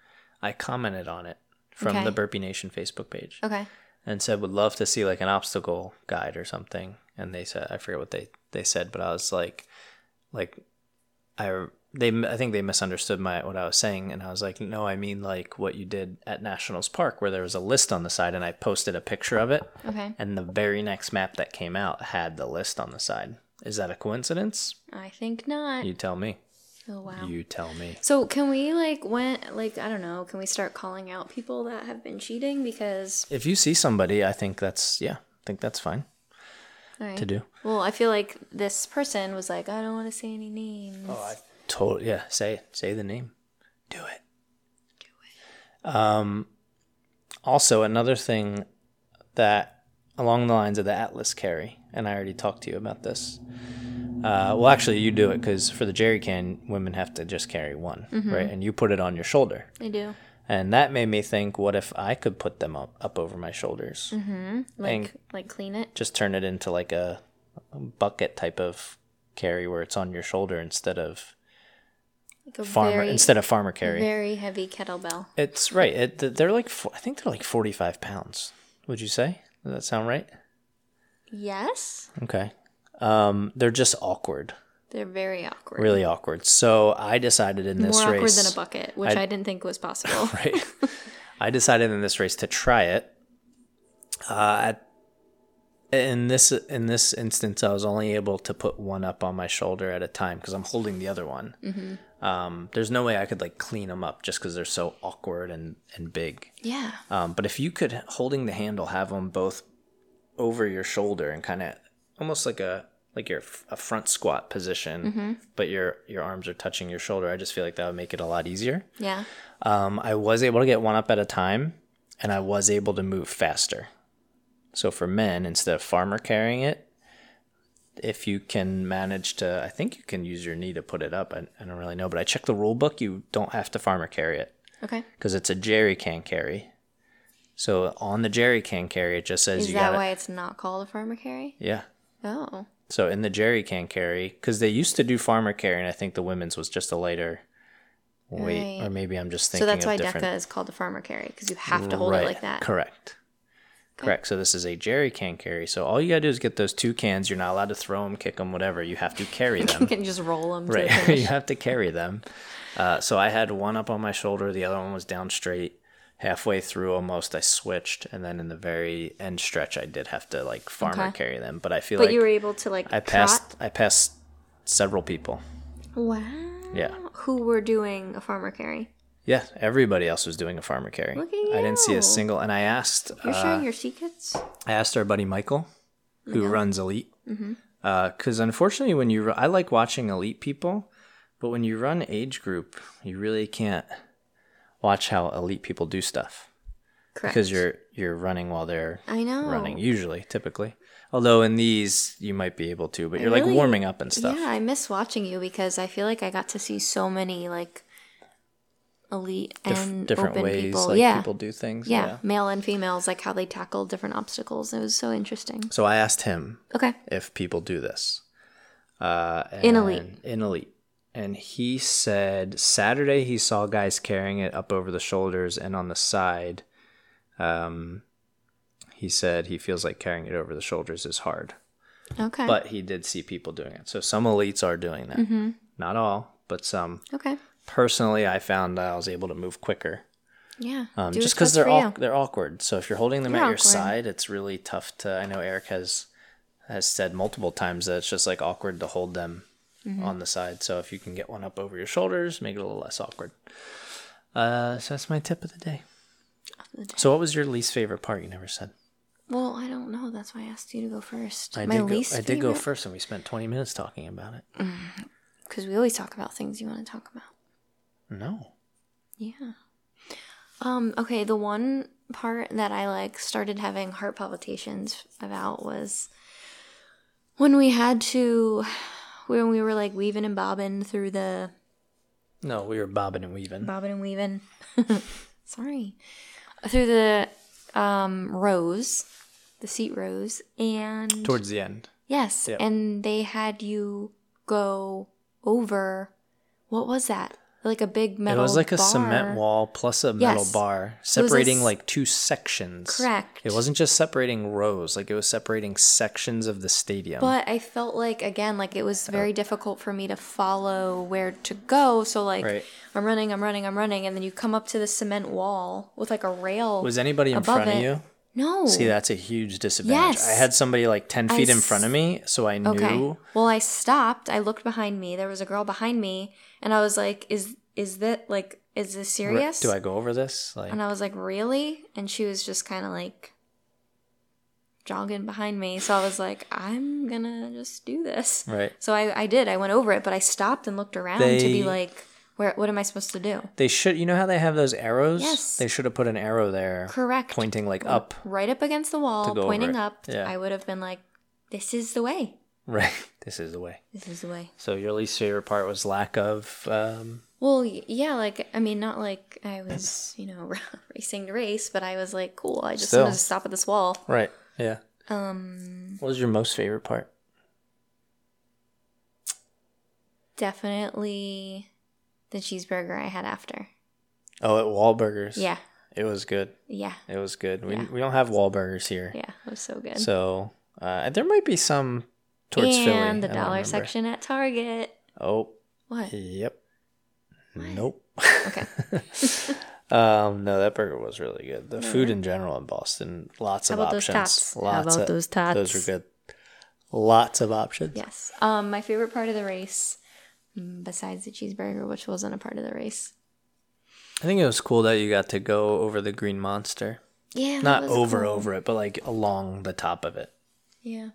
Speaker 1: I commented on it from
Speaker 2: Okay.
Speaker 1: the Burpee Nation Facebook page.
Speaker 2: Okay.
Speaker 1: and said would love to see like an obstacle guide or something and they said i forget what they they said but i was like like i they i think they misunderstood my what i was saying and i was like no i mean like what you did at nationals park where there was a list on the side and i posted a picture of it
Speaker 2: Okay.
Speaker 1: and the very next map that came out had the list on the side is that a coincidence
Speaker 2: I think not.
Speaker 1: you tell me
Speaker 2: oh wow.
Speaker 1: you tell me
Speaker 2: So can we like when like I don't know, can we start calling out people that have been cheating because
Speaker 1: if you see somebody i think that's yeah i think that's fine
Speaker 2: all right.
Speaker 1: to do
Speaker 2: Well, I feel like this person was like, I don't want to say any names.
Speaker 1: Totally. Yeah. Say it. Say the name. Do it. Do it. Um, also, another thing that along the lines of the Atlas carry, and I already talked to you about this. Uh, well, actually, you do it because for the jerry can, women have to just carry one, right? And you put it on your shoulder.
Speaker 2: I do.
Speaker 1: And that made me think, what if I could put them up, up over my shoulders?
Speaker 2: Like
Speaker 1: And-
Speaker 2: like clean it.
Speaker 1: Just turn it into like a bucket type of carry where it's on your shoulder instead of
Speaker 2: Like a
Speaker 1: farmer
Speaker 2: very
Speaker 1: instead of farmer carry.
Speaker 2: very heavy kettlebell.
Speaker 1: It's right. It, th- they're like fo- I think they're like forty five pounds. Would you say? Does that sound right?
Speaker 2: Yes.
Speaker 1: Okay. Um, they're just awkward,
Speaker 2: They're very awkward.
Speaker 1: really awkward. So I decided in this
Speaker 2: More awkward
Speaker 1: race,
Speaker 2: than a bucket, which I, didn't think was possible.
Speaker 1: right? I decided in this race to try it. Uh, at in this in this instance, I was only able to put one up on my shoulder at a time because I'm holding the other one.
Speaker 2: Mm-hmm.
Speaker 1: Um, there's no way I could like clean them up just because they're so awkward and and big.
Speaker 2: Yeah.
Speaker 1: Um, but if you could, holding the handle, have them both over your shoulder and kind of almost like a like your f- a front squat position, but your your arms are touching your shoulder. I just feel like that would make it a lot easier.
Speaker 2: Yeah.
Speaker 1: Um, I was able to get one up at a time, and I was able to move faster. So for men, instead of farmer carrying it, if you can manage to, I think you can use your knee to put it up. I, I don't really know, but I checked the rule book. You don't have to farmer carry it
Speaker 2: Okay.
Speaker 1: because it's a jerry can carry. So on the jerry can carry, it just says
Speaker 2: Is
Speaker 1: you
Speaker 2: that
Speaker 1: got
Speaker 2: why
Speaker 1: to
Speaker 2: it's not called a farmer carry?
Speaker 1: yeah.
Speaker 2: Oh.
Speaker 1: So in the jerry can carry, because they used to do farmer carry, and I think the women's was just a lighter weight,
Speaker 2: Right.
Speaker 1: or maybe I'm just thinking.
Speaker 2: So that's
Speaker 1: of
Speaker 2: why
Speaker 1: different...
Speaker 2: DECA is called a farmer carry because you have to hold it like that.
Speaker 1: Correct. Correct. So this is a jerry can carry. So all you gotta do is get those two cans. You're not allowed to throw them, kick them, whatever. You have to carry
Speaker 2: You
Speaker 1: them.
Speaker 2: can just roll them. To the
Speaker 1: right.
Speaker 2: finish.
Speaker 1: you have to carry them. Uh, so I had one up on my shoulder. The other one was down straight. Halfway through, almost I switched, and then in the very end stretch, I did have to like farmer
Speaker 2: Okay.
Speaker 1: carry them. But I feel
Speaker 2: But
Speaker 1: like
Speaker 2: you were able to like
Speaker 1: I passed. I passed several people.
Speaker 2: trot. Wow.
Speaker 1: Yeah.
Speaker 2: Who were doing a farmer carry?
Speaker 1: Yeah, everybody else was doing a farmer carry.
Speaker 2: Look at
Speaker 1: I didn't see
Speaker 2: you.
Speaker 1: a single, and I asked. uh,
Speaker 2: You're sharing your secrets.
Speaker 1: I asked our buddy Michael, who runs Elite,
Speaker 2: Mm-hmm.
Speaker 1: because unfortunately, when you ru- I like watching Elite people, but when you run age group, you really can't watch how Elite people do stuff
Speaker 2: Correct. Oh.
Speaker 1: because you're you're running while they're
Speaker 2: I know.
Speaker 1: running usually, typically. Although in these you might be able to, but you're like
Speaker 2: really-
Speaker 1: warming up and stuff.
Speaker 2: Yeah, I miss watching you because I feel like I got to see so many like elite
Speaker 1: Dif-
Speaker 2: and
Speaker 1: different
Speaker 2: open
Speaker 1: ways
Speaker 2: people.
Speaker 1: like
Speaker 2: yeah.
Speaker 1: people do things.
Speaker 2: yeah.
Speaker 1: yeah.
Speaker 2: male and females, like how they tackled different obstacles. It was so interesting.
Speaker 1: So I asked him
Speaker 2: Okay,
Speaker 1: if people do this. Uh,
Speaker 2: In Elite.
Speaker 1: and- In Elite. And he said Saturday he saw guys carrying it up over the shoulders and on the side. Um, he said he feels like carrying it over the shoulders is hard.
Speaker 2: okay,
Speaker 1: But he did see people doing it. So some elites are doing that.
Speaker 2: Mm-hmm.
Speaker 1: Not all, but some.
Speaker 2: okay,
Speaker 1: Personally, I found I was able to move quicker.
Speaker 2: yeah.
Speaker 1: Um,
Speaker 2: Do
Speaker 1: just
Speaker 2: what's
Speaker 1: because
Speaker 2: best
Speaker 1: they're
Speaker 2: for
Speaker 1: all
Speaker 2: you.
Speaker 1: they're awkward. So if you're holding them
Speaker 2: They're
Speaker 1: at your
Speaker 2: awkward.
Speaker 1: side, it's really tough to. I know Eric has has said multiple times that it's just like awkward to hold them
Speaker 2: Mm-hmm.
Speaker 1: on the side. So if you can get one up over your shoulders, make it a little less awkward. Uh, so that's my tip of the day.
Speaker 2: the day.
Speaker 1: So what was your least favorite part? You never said.
Speaker 2: Well, I don't know. That's why I asked you to go first.
Speaker 1: I
Speaker 2: My
Speaker 1: did.
Speaker 2: least
Speaker 1: go, I did go first, and we spent twenty minutes talking about it.
Speaker 2: because we always talk about things you want to talk about.
Speaker 1: No.
Speaker 2: Yeah. Um, okay, the one part that I like started having heart palpitations about was when we had to when we were like weaving and bobbing through the
Speaker 1: No, we were bobbing and weaving.
Speaker 2: bobbing and weaving. Sorry. Through the um rows, the seat rows and
Speaker 1: Towards the end,
Speaker 2: yes,
Speaker 1: Yep.
Speaker 2: and they had you go over what was that? Like a big
Speaker 1: it
Speaker 2: metal
Speaker 1: was like a
Speaker 2: bar.
Speaker 1: cement wall plus a metal
Speaker 2: Yes.
Speaker 1: bar separating
Speaker 2: s-
Speaker 1: like two sections.
Speaker 2: Correct.
Speaker 1: It wasn't just separating rows, like it was separating sections of the stadium.
Speaker 2: But I felt like again, like it was very difficult for me to follow where to go. So like
Speaker 1: Right.
Speaker 2: I'm running, I'm running, I'm running, and then you come up to the cement wall with like a rail.
Speaker 1: was anybody in
Speaker 2: above
Speaker 1: front of
Speaker 2: it.
Speaker 1: you?
Speaker 2: no
Speaker 1: See, that's a huge disadvantage.
Speaker 2: Yes.
Speaker 1: I had somebody like 10 feet in
Speaker 2: s-
Speaker 1: front of me, so I knew.
Speaker 2: Okay. Well, I stopped. I looked behind me. There was a girl behind me, and I was like, "Is is that like is this
Speaker 1: re-
Speaker 2: serious?"
Speaker 1: Do I go over this? Like,
Speaker 2: And uh, I was like, "Really?" And she was just kind of like jogging behind me. So I was like, "I'm gonna just do this."
Speaker 1: right.
Speaker 2: So I, I did. I went over it, but I stopped and looked around to
Speaker 1: They-
Speaker 2: be like, where? What am I supposed to do?
Speaker 1: They should, you know how they have those arrows?
Speaker 2: Yes.
Speaker 1: They should have put an arrow there
Speaker 2: Correct.
Speaker 1: pointing like up,
Speaker 2: Right up against the
Speaker 1: To
Speaker 2: wall,
Speaker 1: go over
Speaker 2: pointing
Speaker 1: it.
Speaker 2: up.
Speaker 1: Yeah.
Speaker 2: I would have been like, this is the way.
Speaker 1: right? This is the way.
Speaker 2: This is the way.
Speaker 1: So, your least favorite part was lack of, um,
Speaker 2: Well, y- yeah, like I mean, not like I was, you know, racing to race, but I was like, cool. I just
Speaker 1: Still.
Speaker 2: wanted to stop at this wall.
Speaker 1: right. Yeah.
Speaker 2: Um,
Speaker 1: What was your most favorite part?
Speaker 2: definitely the cheeseburger I had after.
Speaker 1: Oh, at Wahlburgers.
Speaker 2: Yeah,
Speaker 1: It was good.
Speaker 2: yeah,
Speaker 1: It was good. We,
Speaker 2: Yeah.
Speaker 1: we don't have Wahlburgers here.
Speaker 2: yeah. It was so good.
Speaker 1: So uh, there might be some towards
Speaker 2: and
Speaker 1: Philly.
Speaker 2: the
Speaker 1: I don't
Speaker 2: dollar
Speaker 1: remember.
Speaker 2: section at Target.
Speaker 1: Oh,
Speaker 2: What?
Speaker 1: yep. Nope.
Speaker 2: Okay.
Speaker 1: Um, no, that burger was really good. The food in general in Boston, lots
Speaker 2: How
Speaker 1: of
Speaker 2: about those
Speaker 1: options.
Speaker 2: tots? How
Speaker 1: Lots
Speaker 2: about
Speaker 1: of,
Speaker 2: those tots?
Speaker 1: Those are good. Lots of options.
Speaker 2: Yes. Um, my favorite part of the race, mm, besides the cheeseburger, which wasn't a part of the race.
Speaker 1: I think it was cool that you got to go over the Green Monster.
Speaker 2: Yeah. that
Speaker 1: Not
Speaker 2: was
Speaker 1: over
Speaker 2: cool.
Speaker 1: over it, but like along the top of it,
Speaker 2: Yeah.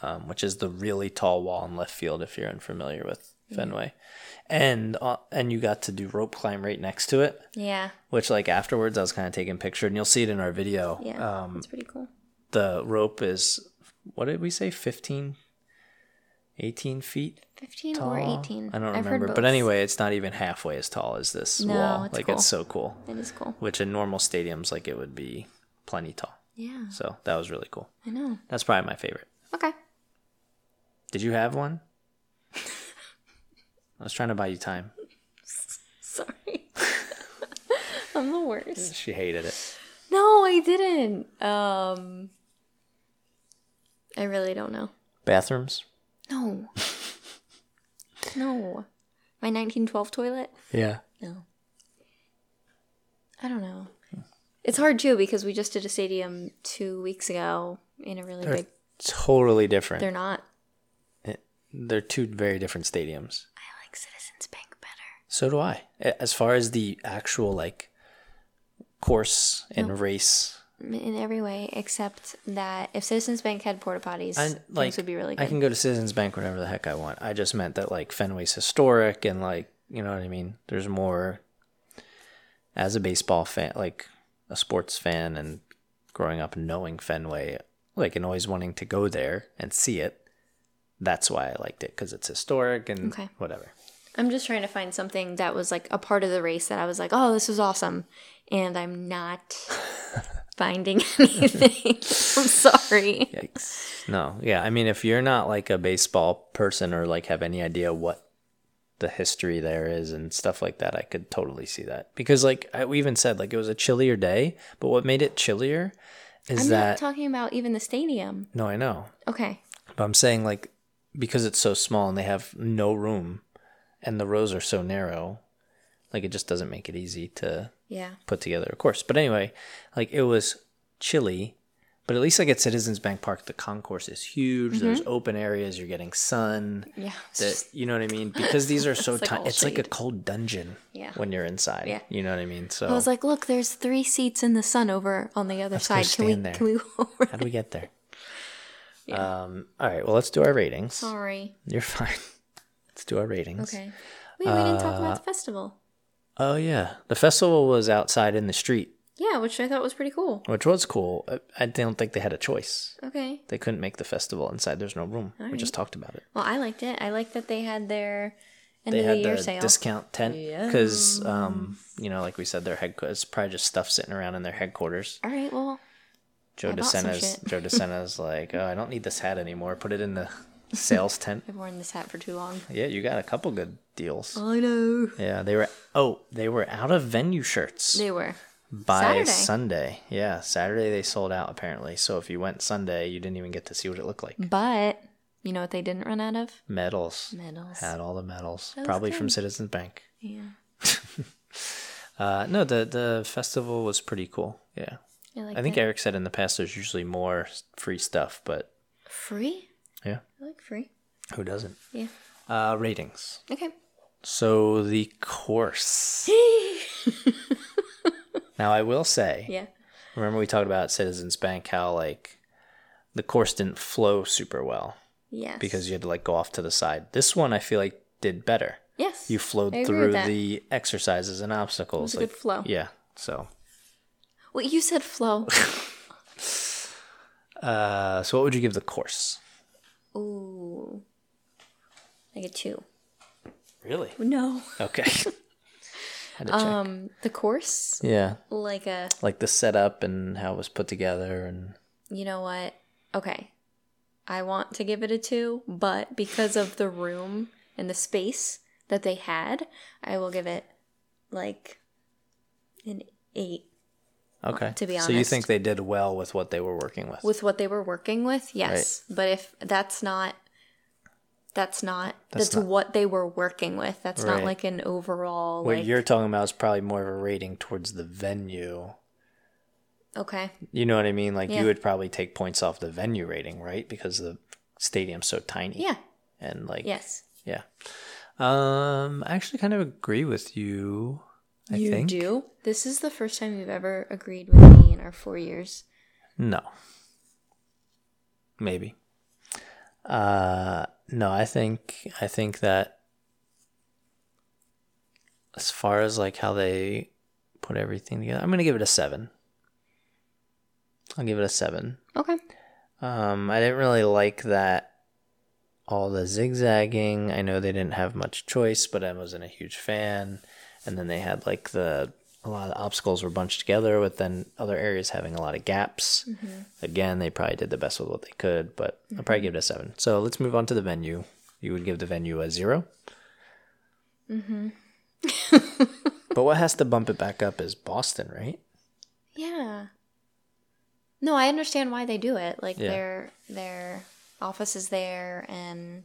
Speaker 1: um, which is the really tall wall in left field. If you're unfamiliar with
Speaker 2: Mm.
Speaker 1: Fenway, and uh, and you got to do rope climb right next to it,
Speaker 2: Yeah.
Speaker 1: which like afterwards I was kind of taking picture, and you'll see it in our video.
Speaker 2: Yeah.
Speaker 1: Um,
Speaker 2: that's pretty cool.
Speaker 1: the rope is what did we say 15 18 feet
Speaker 2: Fifteen
Speaker 1: tall?
Speaker 2: or eighteen.
Speaker 1: i don't
Speaker 2: I've heard
Speaker 1: remember
Speaker 2: both.
Speaker 1: but anyway it's not even halfway as tall as this
Speaker 2: No,
Speaker 1: wall
Speaker 2: it's
Speaker 1: like
Speaker 2: cool.
Speaker 1: it's so cool
Speaker 2: It is cool.
Speaker 1: which in normal stadiums like it would be plenty tall
Speaker 2: Yeah.
Speaker 1: so that was really cool
Speaker 2: I know.
Speaker 1: that's probably my favorite
Speaker 2: Okay.
Speaker 1: did you have one i was trying to buy you time
Speaker 2: Sorry. I'm the worst.
Speaker 1: she hated it
Speaker 2: No, I didn't. Um I really don't know.
Speaker 1: bathrooms
Speaker 2: No. no. My 1912 toilet?
Speaker 1: yeah
Speaker 2: No. I don't know. It's hard too because we just did a stadium 2 weeks ago in a really big
Speaker 1: totally different
Speaker 2: They're not.
Speaker 1: they're, they're two very different stadiums
Speaker 2: I like Citizens Bank better.
Speaker 1: So do I. A- As far as the actual like course and race,
Speaker 2: In every way except that if Citizens Bank had porta potties,
Speaker 1: and like
Speaker 2: things would be really
Speaker 1: I
Speaker 2: good.
Speaker 1: can go to Citizens Bank whenever the heck I want. I just meant that like Fenway's historic and like you know what I mean. There's more. As a baseball fan, like a sports fan, and growing up knowing Fenway, like and always wanting to go there and see it. That's why I liked it because it's historic and
Speaker 2: Okay.
Speaker 1: whatever.
Speaker 2: I'm just trying to find something that was like a part of the race that I was like, oh, this is awesome. And I'm not finding anything. I'm sorry.
Speaker 1: Yikes. No, yeah. I mean, if you're not like a baseball person or like have any idea what the history there is and stuff like that, I could totally see that. Because like I, we even said, like it was a chillier day, but what made it chillier is
Speaker 2: I'm
Speaker 1: that
Speaker 2: not talking about even the stadium.
Speaker 1: no, I know,
Speaker 2: Okay.
Speaker 1: but I'm saying like because it's so small and they have no room, and the rows are so narrow, like it just doesn't make it easy to
Speaker 2: Yeah.
Speaker 1: put together of course but anyway like it was chilly but at least like at citizens bank park the concourse is huge
Speaker 2: Mm-hmm.
Speaker 1: there's open areas you're getting sun
Speaker 2: Yeah. it's
Speaker 1: that
Speaker 2: just-
Speaker 1: you know what i mean because these are so
Speaker 2: It's like
Speaker 1: tight
Speaker 2: all
Speaker 1: it's like a
Speaker 2: shade.
Speaker 1: cold dungeon
Speaker 2: Yeah.
Speaker 1: when you're inside
Speaker 2: Yeah.
Speaker 1: you know what i mean so
Speaker 2: I was like, look, there's three seats in the sun over on the other
Speaker 1: go
Speaker 2: side. Can we
Speaker 1: stand there.
Speaker 2: can we go over?
Speaker 1: how do we get there um all right well let's do our ratings
Speaker 2: Sorry.
Speaker 1: you're fine let's do our ratings
Speaker 2: Okay. Wait, we didn't talk
Speaker 1: Uh,
Speaker 2: about the festival.
Speaker 1: oh yeah the festival was outside in the street
Speaker 2: Yeah, which I thought was pretty cool.
Speaker 1: which was cool I- i don't think they had a choice
Speaker 2: Okay.
Speaker 1: they couldn't make the festival inside there's no room we just talked about it
Speaker 2: Well, I liked it. I liked that they had their end
Speaker 1: they
Speaker 2: of the
Speaker 1: had
Speaker 2: year
Speaker 1: the
Speaker 2: sale.
Speaker 1: discount tent because um, you know like we said their headquarters it's probably just stuff sitting around in their headquarters
Speaker 2: All right. Well,
Speaker 1: joe
Speaker 2: I bought some
Speaker 1: DeSena's
Speaker 2: shit.
Speaker 1: joe DeSena's like oh i don't need this hat anymore put it in the sales tent
Speaker 2: I've worn this hat for too long.
Speaker 1: yeah you got a couple good deals
Speaker 2: I know.
Speaker 1: yeah they were oh they were out of venue shirts
Speaker 2: They were.
Speaker 1: by
Speaker 2: Saturday.
Speaker 1: sunday yeah saturday they sold out apparently so if you went sunday you didn't even get to see what it looked
Speaker 2: Mm.
Speaker 1: like
Speaker 2: But you know what they didn't run out of?
Speaker 1: medals
Speaker 2: Medals.
Speaker 1: had all the medals
Speaker 2: was
Speaker 1: probably from
Speaker 2: good.
Speaker 1: citizens bank
Speaker 2: Yeah.
Speaker 1: Uh, no, the the festival was pretty cool. Yeah,
Speaker 2: I, like
Speaker 1: I think
Speaker 2: that.
Speaker 1: Eric said in the past there's usually more s- free stuff, but
Speaker 2: free?
Speaker 1: yeah,
Speaker 2: I like free.
Speaker 1: who doesn't?
Speaker 2: Yeah.
Speaker 1: Uh, ratings.
Speaker 2: Okay.
Speaker 1: So the course. now I will say,
Speaker 2: Yeah.
Speaker 1: remember we talked about Citizens Bank how like the course didn't flow super well
Speaker 2: Yes.
Speaker 1: because you had to like go off to the side. This one I feel like did better.
Speaker 2: yes.
Speaker 1: You flowed
Speaker 2: I agree
Speaker 1: through
Speaker 2: with that.
Speaker 1: the exercises and obstacles.
Speaker 2: a
Speaker 1: like,
Speaker 2: good flow.
Speaker 1: Yeah. So
Speaker 2: Wait, you said flow.
Speaker 1: uh, so what would you give the course?
Speaker 2: Ooh. Like a two.
Speaker 1: Really?
Speaker 2: No.
Speaker 1: Okay. Had to check.
Speaker 2: Um, the course,
Speaker 1: yeah,
Speaker 2: like a,
Speaker 1: like the setup and how it was put together, and
Speaker 2: you know what? Okay. I want to give it a two, but because of the room and the space that they had, I will give it like an eight.
Speaker 1: okay.
Speaker 2: To be
Speaker 1: so you
Speaker 2: honest.
Speaker 1: think they did well with what they were working with?
Speaker 2: with what they were working with yes but if that's not that's not
Speaker 1: That's
Speaker 2: that's,
Speaker 1: not-
Speaker 2: what they were working with. That's
Speaker 1: Right.
Speaker 2: not like an overall
Speaker 1: What
Speaker 2: like
Speaker 1: you're talking about is probably more of a rating towards the venue.
Speaker 2: okay.
Speaker 1: You know what I mean? Like
Speaker 2: Yeah.
Speaker 1: you would probably take points off the venue rating, right? Because the stadium's so tiny.
Speaker 2: Yeah.
Speaker 1: And like
Speaker 2: Yes.
Speaker 1: yeah. Um I actually kind of agree with you. I
Speaker 2: you
Speaker 1: think.
Speaker 2: do. This is the first time you've ever agreed with me in our 4 years.
Speaker 1: No. Maybe. Uh no, I think I think that as far as like how they put everything together, I'm gonna give it a seven. I'll give it a seven.
Speaker 2: Okay.
Speaker 1: Um, I didn't really like that all the zigzagging. I know they didn't have much choice, but I wasn't a huge fan. And then they had like the a lot of obstacles were bunched together with then other areas having a lot of gaps. Again, they probably did the best with what they could, but I'll probably give it a seven. So let's move on to the venue. You would give the venue a 0 Mm-hmm. but what has to bump it back up is Boston, right?
Speaker 2: Yeah. No, I understand why they do it. Like
Speaker 1: Yeah.
Speaker 2: their their office is there and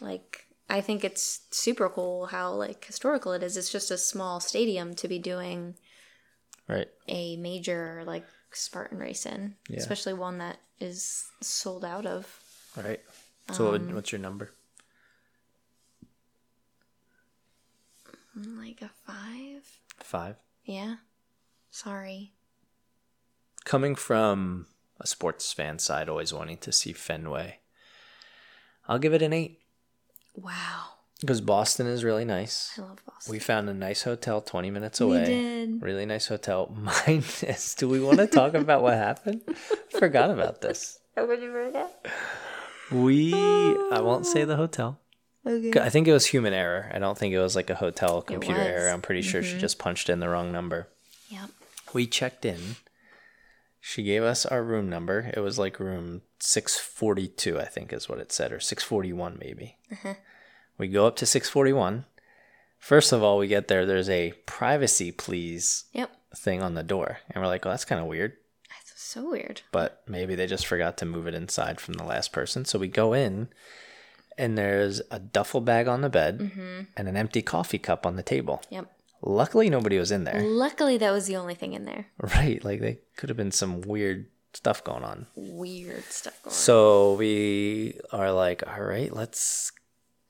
Speaker 2: like I think it's super cool how like historical it is. It's just a small stadium to be doing
Speaker 1: Right.
Speaker 2: a major like Spartan race in,
Speaker 1: Yeah.
Speaker 2: especially one that is sold out of.
Speaker 1: Right. So what would, what's your number?
Speaker 2: Like a 5.
Speaker 1: Five.
Speaker 2: Yeah. Sorry.
Speaker 1: coming from a sports fan side, always wanting to see Fenway, I'll give it an eight
Speaker 2: Wow.
Speaker 1: because Boston is really nice.
Speaker 2: I love Boston.
Speaker 1: We found a nice hotel 20 minutes
Speaker 2: We
Speaker 1: away.
Speaker 2: did.
Speaker 1: Really nice hotel. Minus, do we want to talk about what happened? Forgot about this. We, I won't say the hotel.
Speaker 2: Okay.
Speaker 1: I think it was human error. I don't think it was like a hotel computer
Speaker 2: was. Mm-hmm.
Speaker 1: error. I'm pretty sure she just punched in the wrong number.
Speaker 2: Yep.
Speaker 1: we checked in. She gave us our room number. It was like room 642, I think is what it said, or 641 maybe. We go up to 641. First of all, we get there, there's a privacy please
Speaker 2: Yep.
Speaker 1: thing on the door. And we're like, well, that's kind of weird,
Speaker 2: That's so weird.
Speaker 1: but maybe they just forgot to move it inside from the last person. So we go in, and there's a duffel bag on the bed and an empty coffee cup on the table.
Speaker 2: Yep.
Speaker 1: Luckily, nobody was in there.
Speaker 2: Luckily, that was the only thing in there.
Speaker 1: Right, like they could have been some weird stuff going on.
Speaker 2: Weird stuff going. on.
Speaker 1: So we are like, all right, let's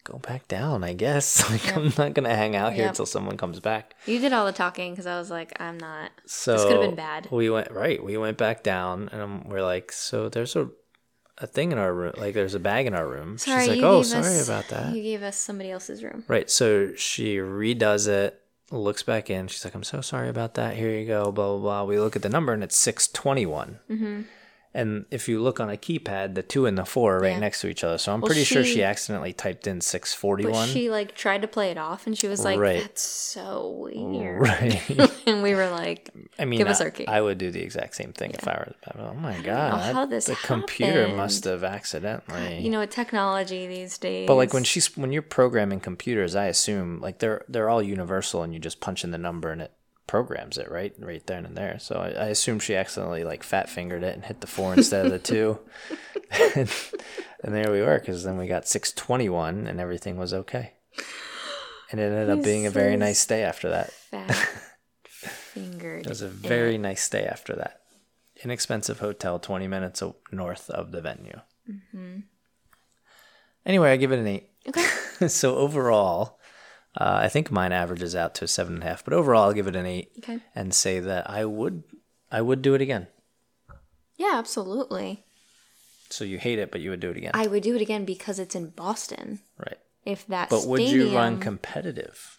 Speaker 1: go back down, I guess. Like I'm not gonna hang out here
Speaker 2: Yep.
Speaker 1: until someone comes back.
Speaker 2: You did all the talking because I was like, I'm not.
Speaker 1: So
Speaker 2: could have been bad.
Speaker 1: We went right. We went back down, and um, we're like, so there's a a thing in our room. Like there's a bag in our room.
Speaker 2: Sorry,
Speaker 1: She's like,
Speaker 2: you
Speaker 1: oh,
Speaker 2: gave
Speaker 1: sorry
Speaker 2: us-
Speaker 1: about that.
Speaker 2: You gave us somebody else's room.
Speaker 1: Right. So she redoes it, looks back in. She's like, I'm so sorry about that. Here you go. Blah, blah, blah. We look at the number and it's 621.
Speaker 2: Mm-hmm.
Speaker 1: And if you look on a keypad, the two and the four are right
Speaker 2: Yeah.
Speaker 1: next to each other. So I'm
Speaker 2: Well,
Speaker 1: pretty sure
Speaker 2: she-
Speaker 1: she accidentally typed in
Speaker 2: But
Speaker 1: 641.
Speaker 2: she like tried to play it off, and she was like,
Speaker 1: Right.
Speaker 2: "That's so weird."
Speaker 1: Right.
Speaker 2: and we were like,
Speaker 1: I mean,
Speaker 2: Give us
Speaker 1: I,
Speaker 2: our key.
Speaker 1: I would do the exact same thing if I were. Oh my god!
Speaker 2: how this
Speaker 1: the computer
Speaker 2: happened.
Speaker 1: must have accidentally.
Speaker 2: you know, with technology these days.
Speaker 1: But like when she's when you're programming computers, I assume like they're they're all universal, and you just punch in the number and it programs it right right then and there. So I, I assume she accidentally like fat fingered it and hit the four instead of the two, and, there we were. Because then we got six twenty one, and everything was okay. And it ended up being a very nice day after that.
Speaker 2: fat fingered.
Speaker 1: It was a very nice day after that. Inexpensive hotel, twenty minutes o- north of the venue. Anyway, I give it an eight.
Speaker 2: Okay.
Speaker 1: so overall, uh, I think mine averages out to a seven and a half. But overall, I'll give it an eight
Speaker 2: Okay.
Speaker 1: and say that I would, I would do it again.
Speaker 2: Yeah, absolutely.
Speaker 1: So you hate it, but you would do it again,
Speaker 2: I would do it again because it's in Boston.
Speaker 1: right?
Speaker 2: If that.
Speaker 1: But would you run
Speaker 2: stadium-
Speaker 1: competitive,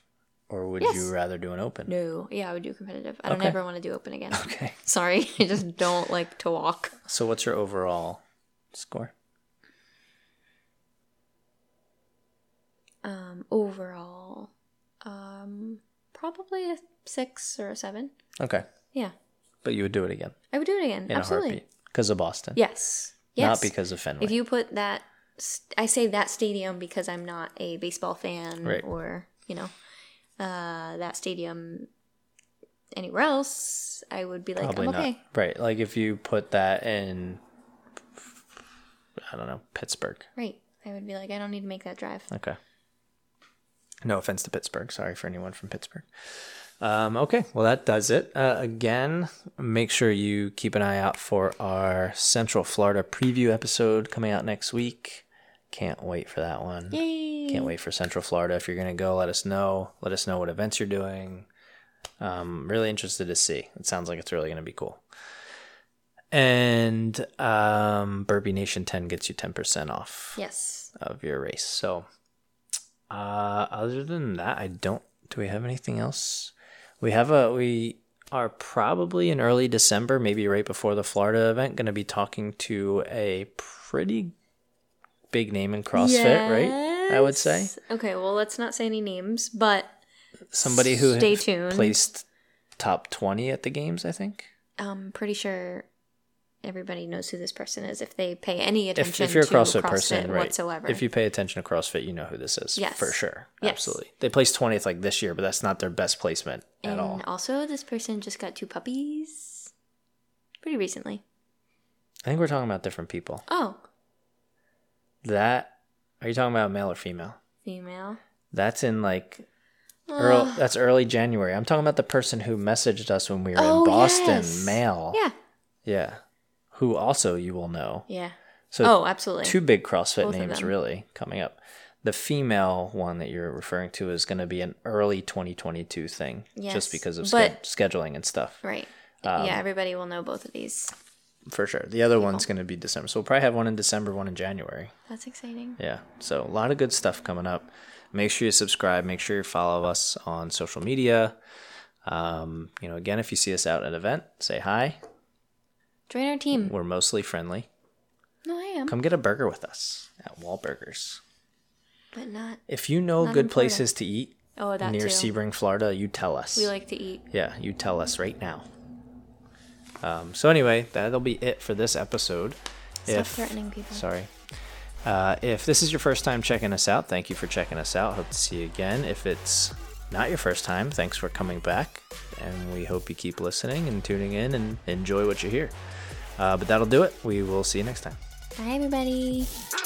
Speaker 1: or would
Speaker 2: Yes.
Speaker 1: you rather do an open?
Speaker 2: No. Yeah, I would do competitive. I don't
Speaker 1: Okay.
Speaker 2: ever want to do open again.
Speaker 1: Okay.
Speaker 2: Sorry, I just don't like to walk.
Speaker 1: So what's your overall score?
Speaker 2: Um, overall, um, probably a six or a seven.
Speaker 1: Okay,
Speaker 2: Yeah,
Speaker 1: but you would do it again
Speaker 2: I would do it again.
Speaker 1: in
Speaker 2: Absolutely.
Speaker 1: a heartbeat because of Boston,
Speaker 2: Yes.
Speaker 1: not
Speaker 2: Yes.
Speaker 1: because of Fenway.
Speaker 2: if you put that, st- I say that stadium because I'm not a baseball fan
Speaker 1: Right.
Speaker 2: or you know, uh, that stadium anywhere else. I would be like,
Speaker 1: Probably
Speaker 2: I'm okay.
Speaker 1: not. Right. Like if you put that in, I don't know, Pittsburgh.
Speaker 2: Right. I would be like, I don't need to make that drive.
Speaker 1: Okay. No offense to Pittsburgh. Sorry for anyone from Pittsburgh. Um, okay, well, that does it. Uh, again, make sure you keep an eye out for our Central Florida preview episode coming out next week. Can't wait for that one.
Speaker 2: Yay!
Speaker 1: Can't wait for Central Florida. If you're going to go, let us know. Let us know what events you're doing. Um, really interested to see. It sounds like it's really going to be cool. And um, Burby Nation 10 gets you 10% off
Speaker 2: Yes.
Speaker 1: of your race. So, uh, other than that, I don't. Do we have anything else? We have a. We are probably in early December, maybe right before the Florida event, going to be talking to a pretty big name in CrossFit, right? I would say
Speaker 2: Yes. Okay, well, let's not say any names, but
Speaker 1: somebody who
Speaker 2: Stay
Speaker 1: had
Speaker 2: tuned.
Speaker 1: placed top twenty at the games. I think
Speaker 2: I'm pretty sure everybody knows who this person is if they pay any
Speaker 1: if,
Speaker 2: attention
Speaker 1: if you're a
Speaker 2: to
Speaker 1: CrossFit, person, right?
Speaker 2: whatsoever.
Speaker 1: If you pay attention to CrossFit, you know who this is
Speaker 2: Yes.
Speaker 1: for sure.
Speaker 2: Yes.
Speaker 1: Absolutely, they placed twentieth like this year, but that's not their best placement at
Speaker 2: and
Speaker 1: all.
Speaker 2: also, this person just got two puppies pretty recently.
Speaker 1: I think we're talking about different people.
Speaker 2: Oh,
Speaker 1: That are you talking about male or female?
Speaker 2: female.
Speaker 1: That's in like early,
Speaker 2: Ugh.
Speaker 1: that's early January. I'm talking about the person who messaged us when we were
Speaker 2: Oh,
Speaker 1: in Boston,
Speaker 2: yes.
Speaker 1: male.
Speaker 2: Uh, yeah.
Speaker 1: Yeah. Who also you will know.
Speaker 2: Yeah.
Speaker 1: So
Speaker 2: oh, absolutely.
Speaker 1: two big CrossFit
Speaker 2: Both of
Speaker 1: names
Speaker 2: them.
Speaker 1: really coming up. The female one that you're referring to is going to be an early 2022 thing
Speaker 2: Yes,
Speaker 1: just because of
Speaker 2: but-
Speaker 1: sched- scheduling and stuff.
Speaker 2: Right.
Speaker 1: Um,
Speaker 2: yeah, everybody will know both of these.
Speaker 1: For sure. The other one's going to be December. So we'll probably have one in December, one in January.
Speaker 2: That's exciting.
Speaker 1: Yeah. So a lot of good stuff coming up. Make sure you subscribe. Make sure you follow us on social media. Um, you know, again, if you see us out at an event, say hi.
Speaker 2: Join our team.
Speaker 1: We're mostly friendly.
Speaker 2: No, I am,
Speaker 1: Come get a burger with us at Wahlburgers.
Speaker 2: but not.
Speaker 1: If you know
Speaker 2: Not
Speaker 1: good
Speaker 2: in Florida.
Speaker 1: places to eat
Speaker 2: Oh, that
Speaker 1: near
Speaker 2: too.
Speaker 1: Sebring, Florida, you tell us.
Speaker 2: We like to eat.
Speaker 1: yeah, you tell us right now. Um, so anyway, that'll be it for this episode.
Speaker 2: Stop
Speaker 1: If-
Speaker 2: threatening people.
Speaker 1: Sorry. Uh, if this is your first time checking us out, thank you for checking us out. Hope to see you again. If it's not your first time, thanks for coming back. And we hope you keep listening and tuning in and enjoy what you hear. Uh, but that'll do it. We will see you next time.
Speaker 2: Bye, everybody.
Speaker 3: I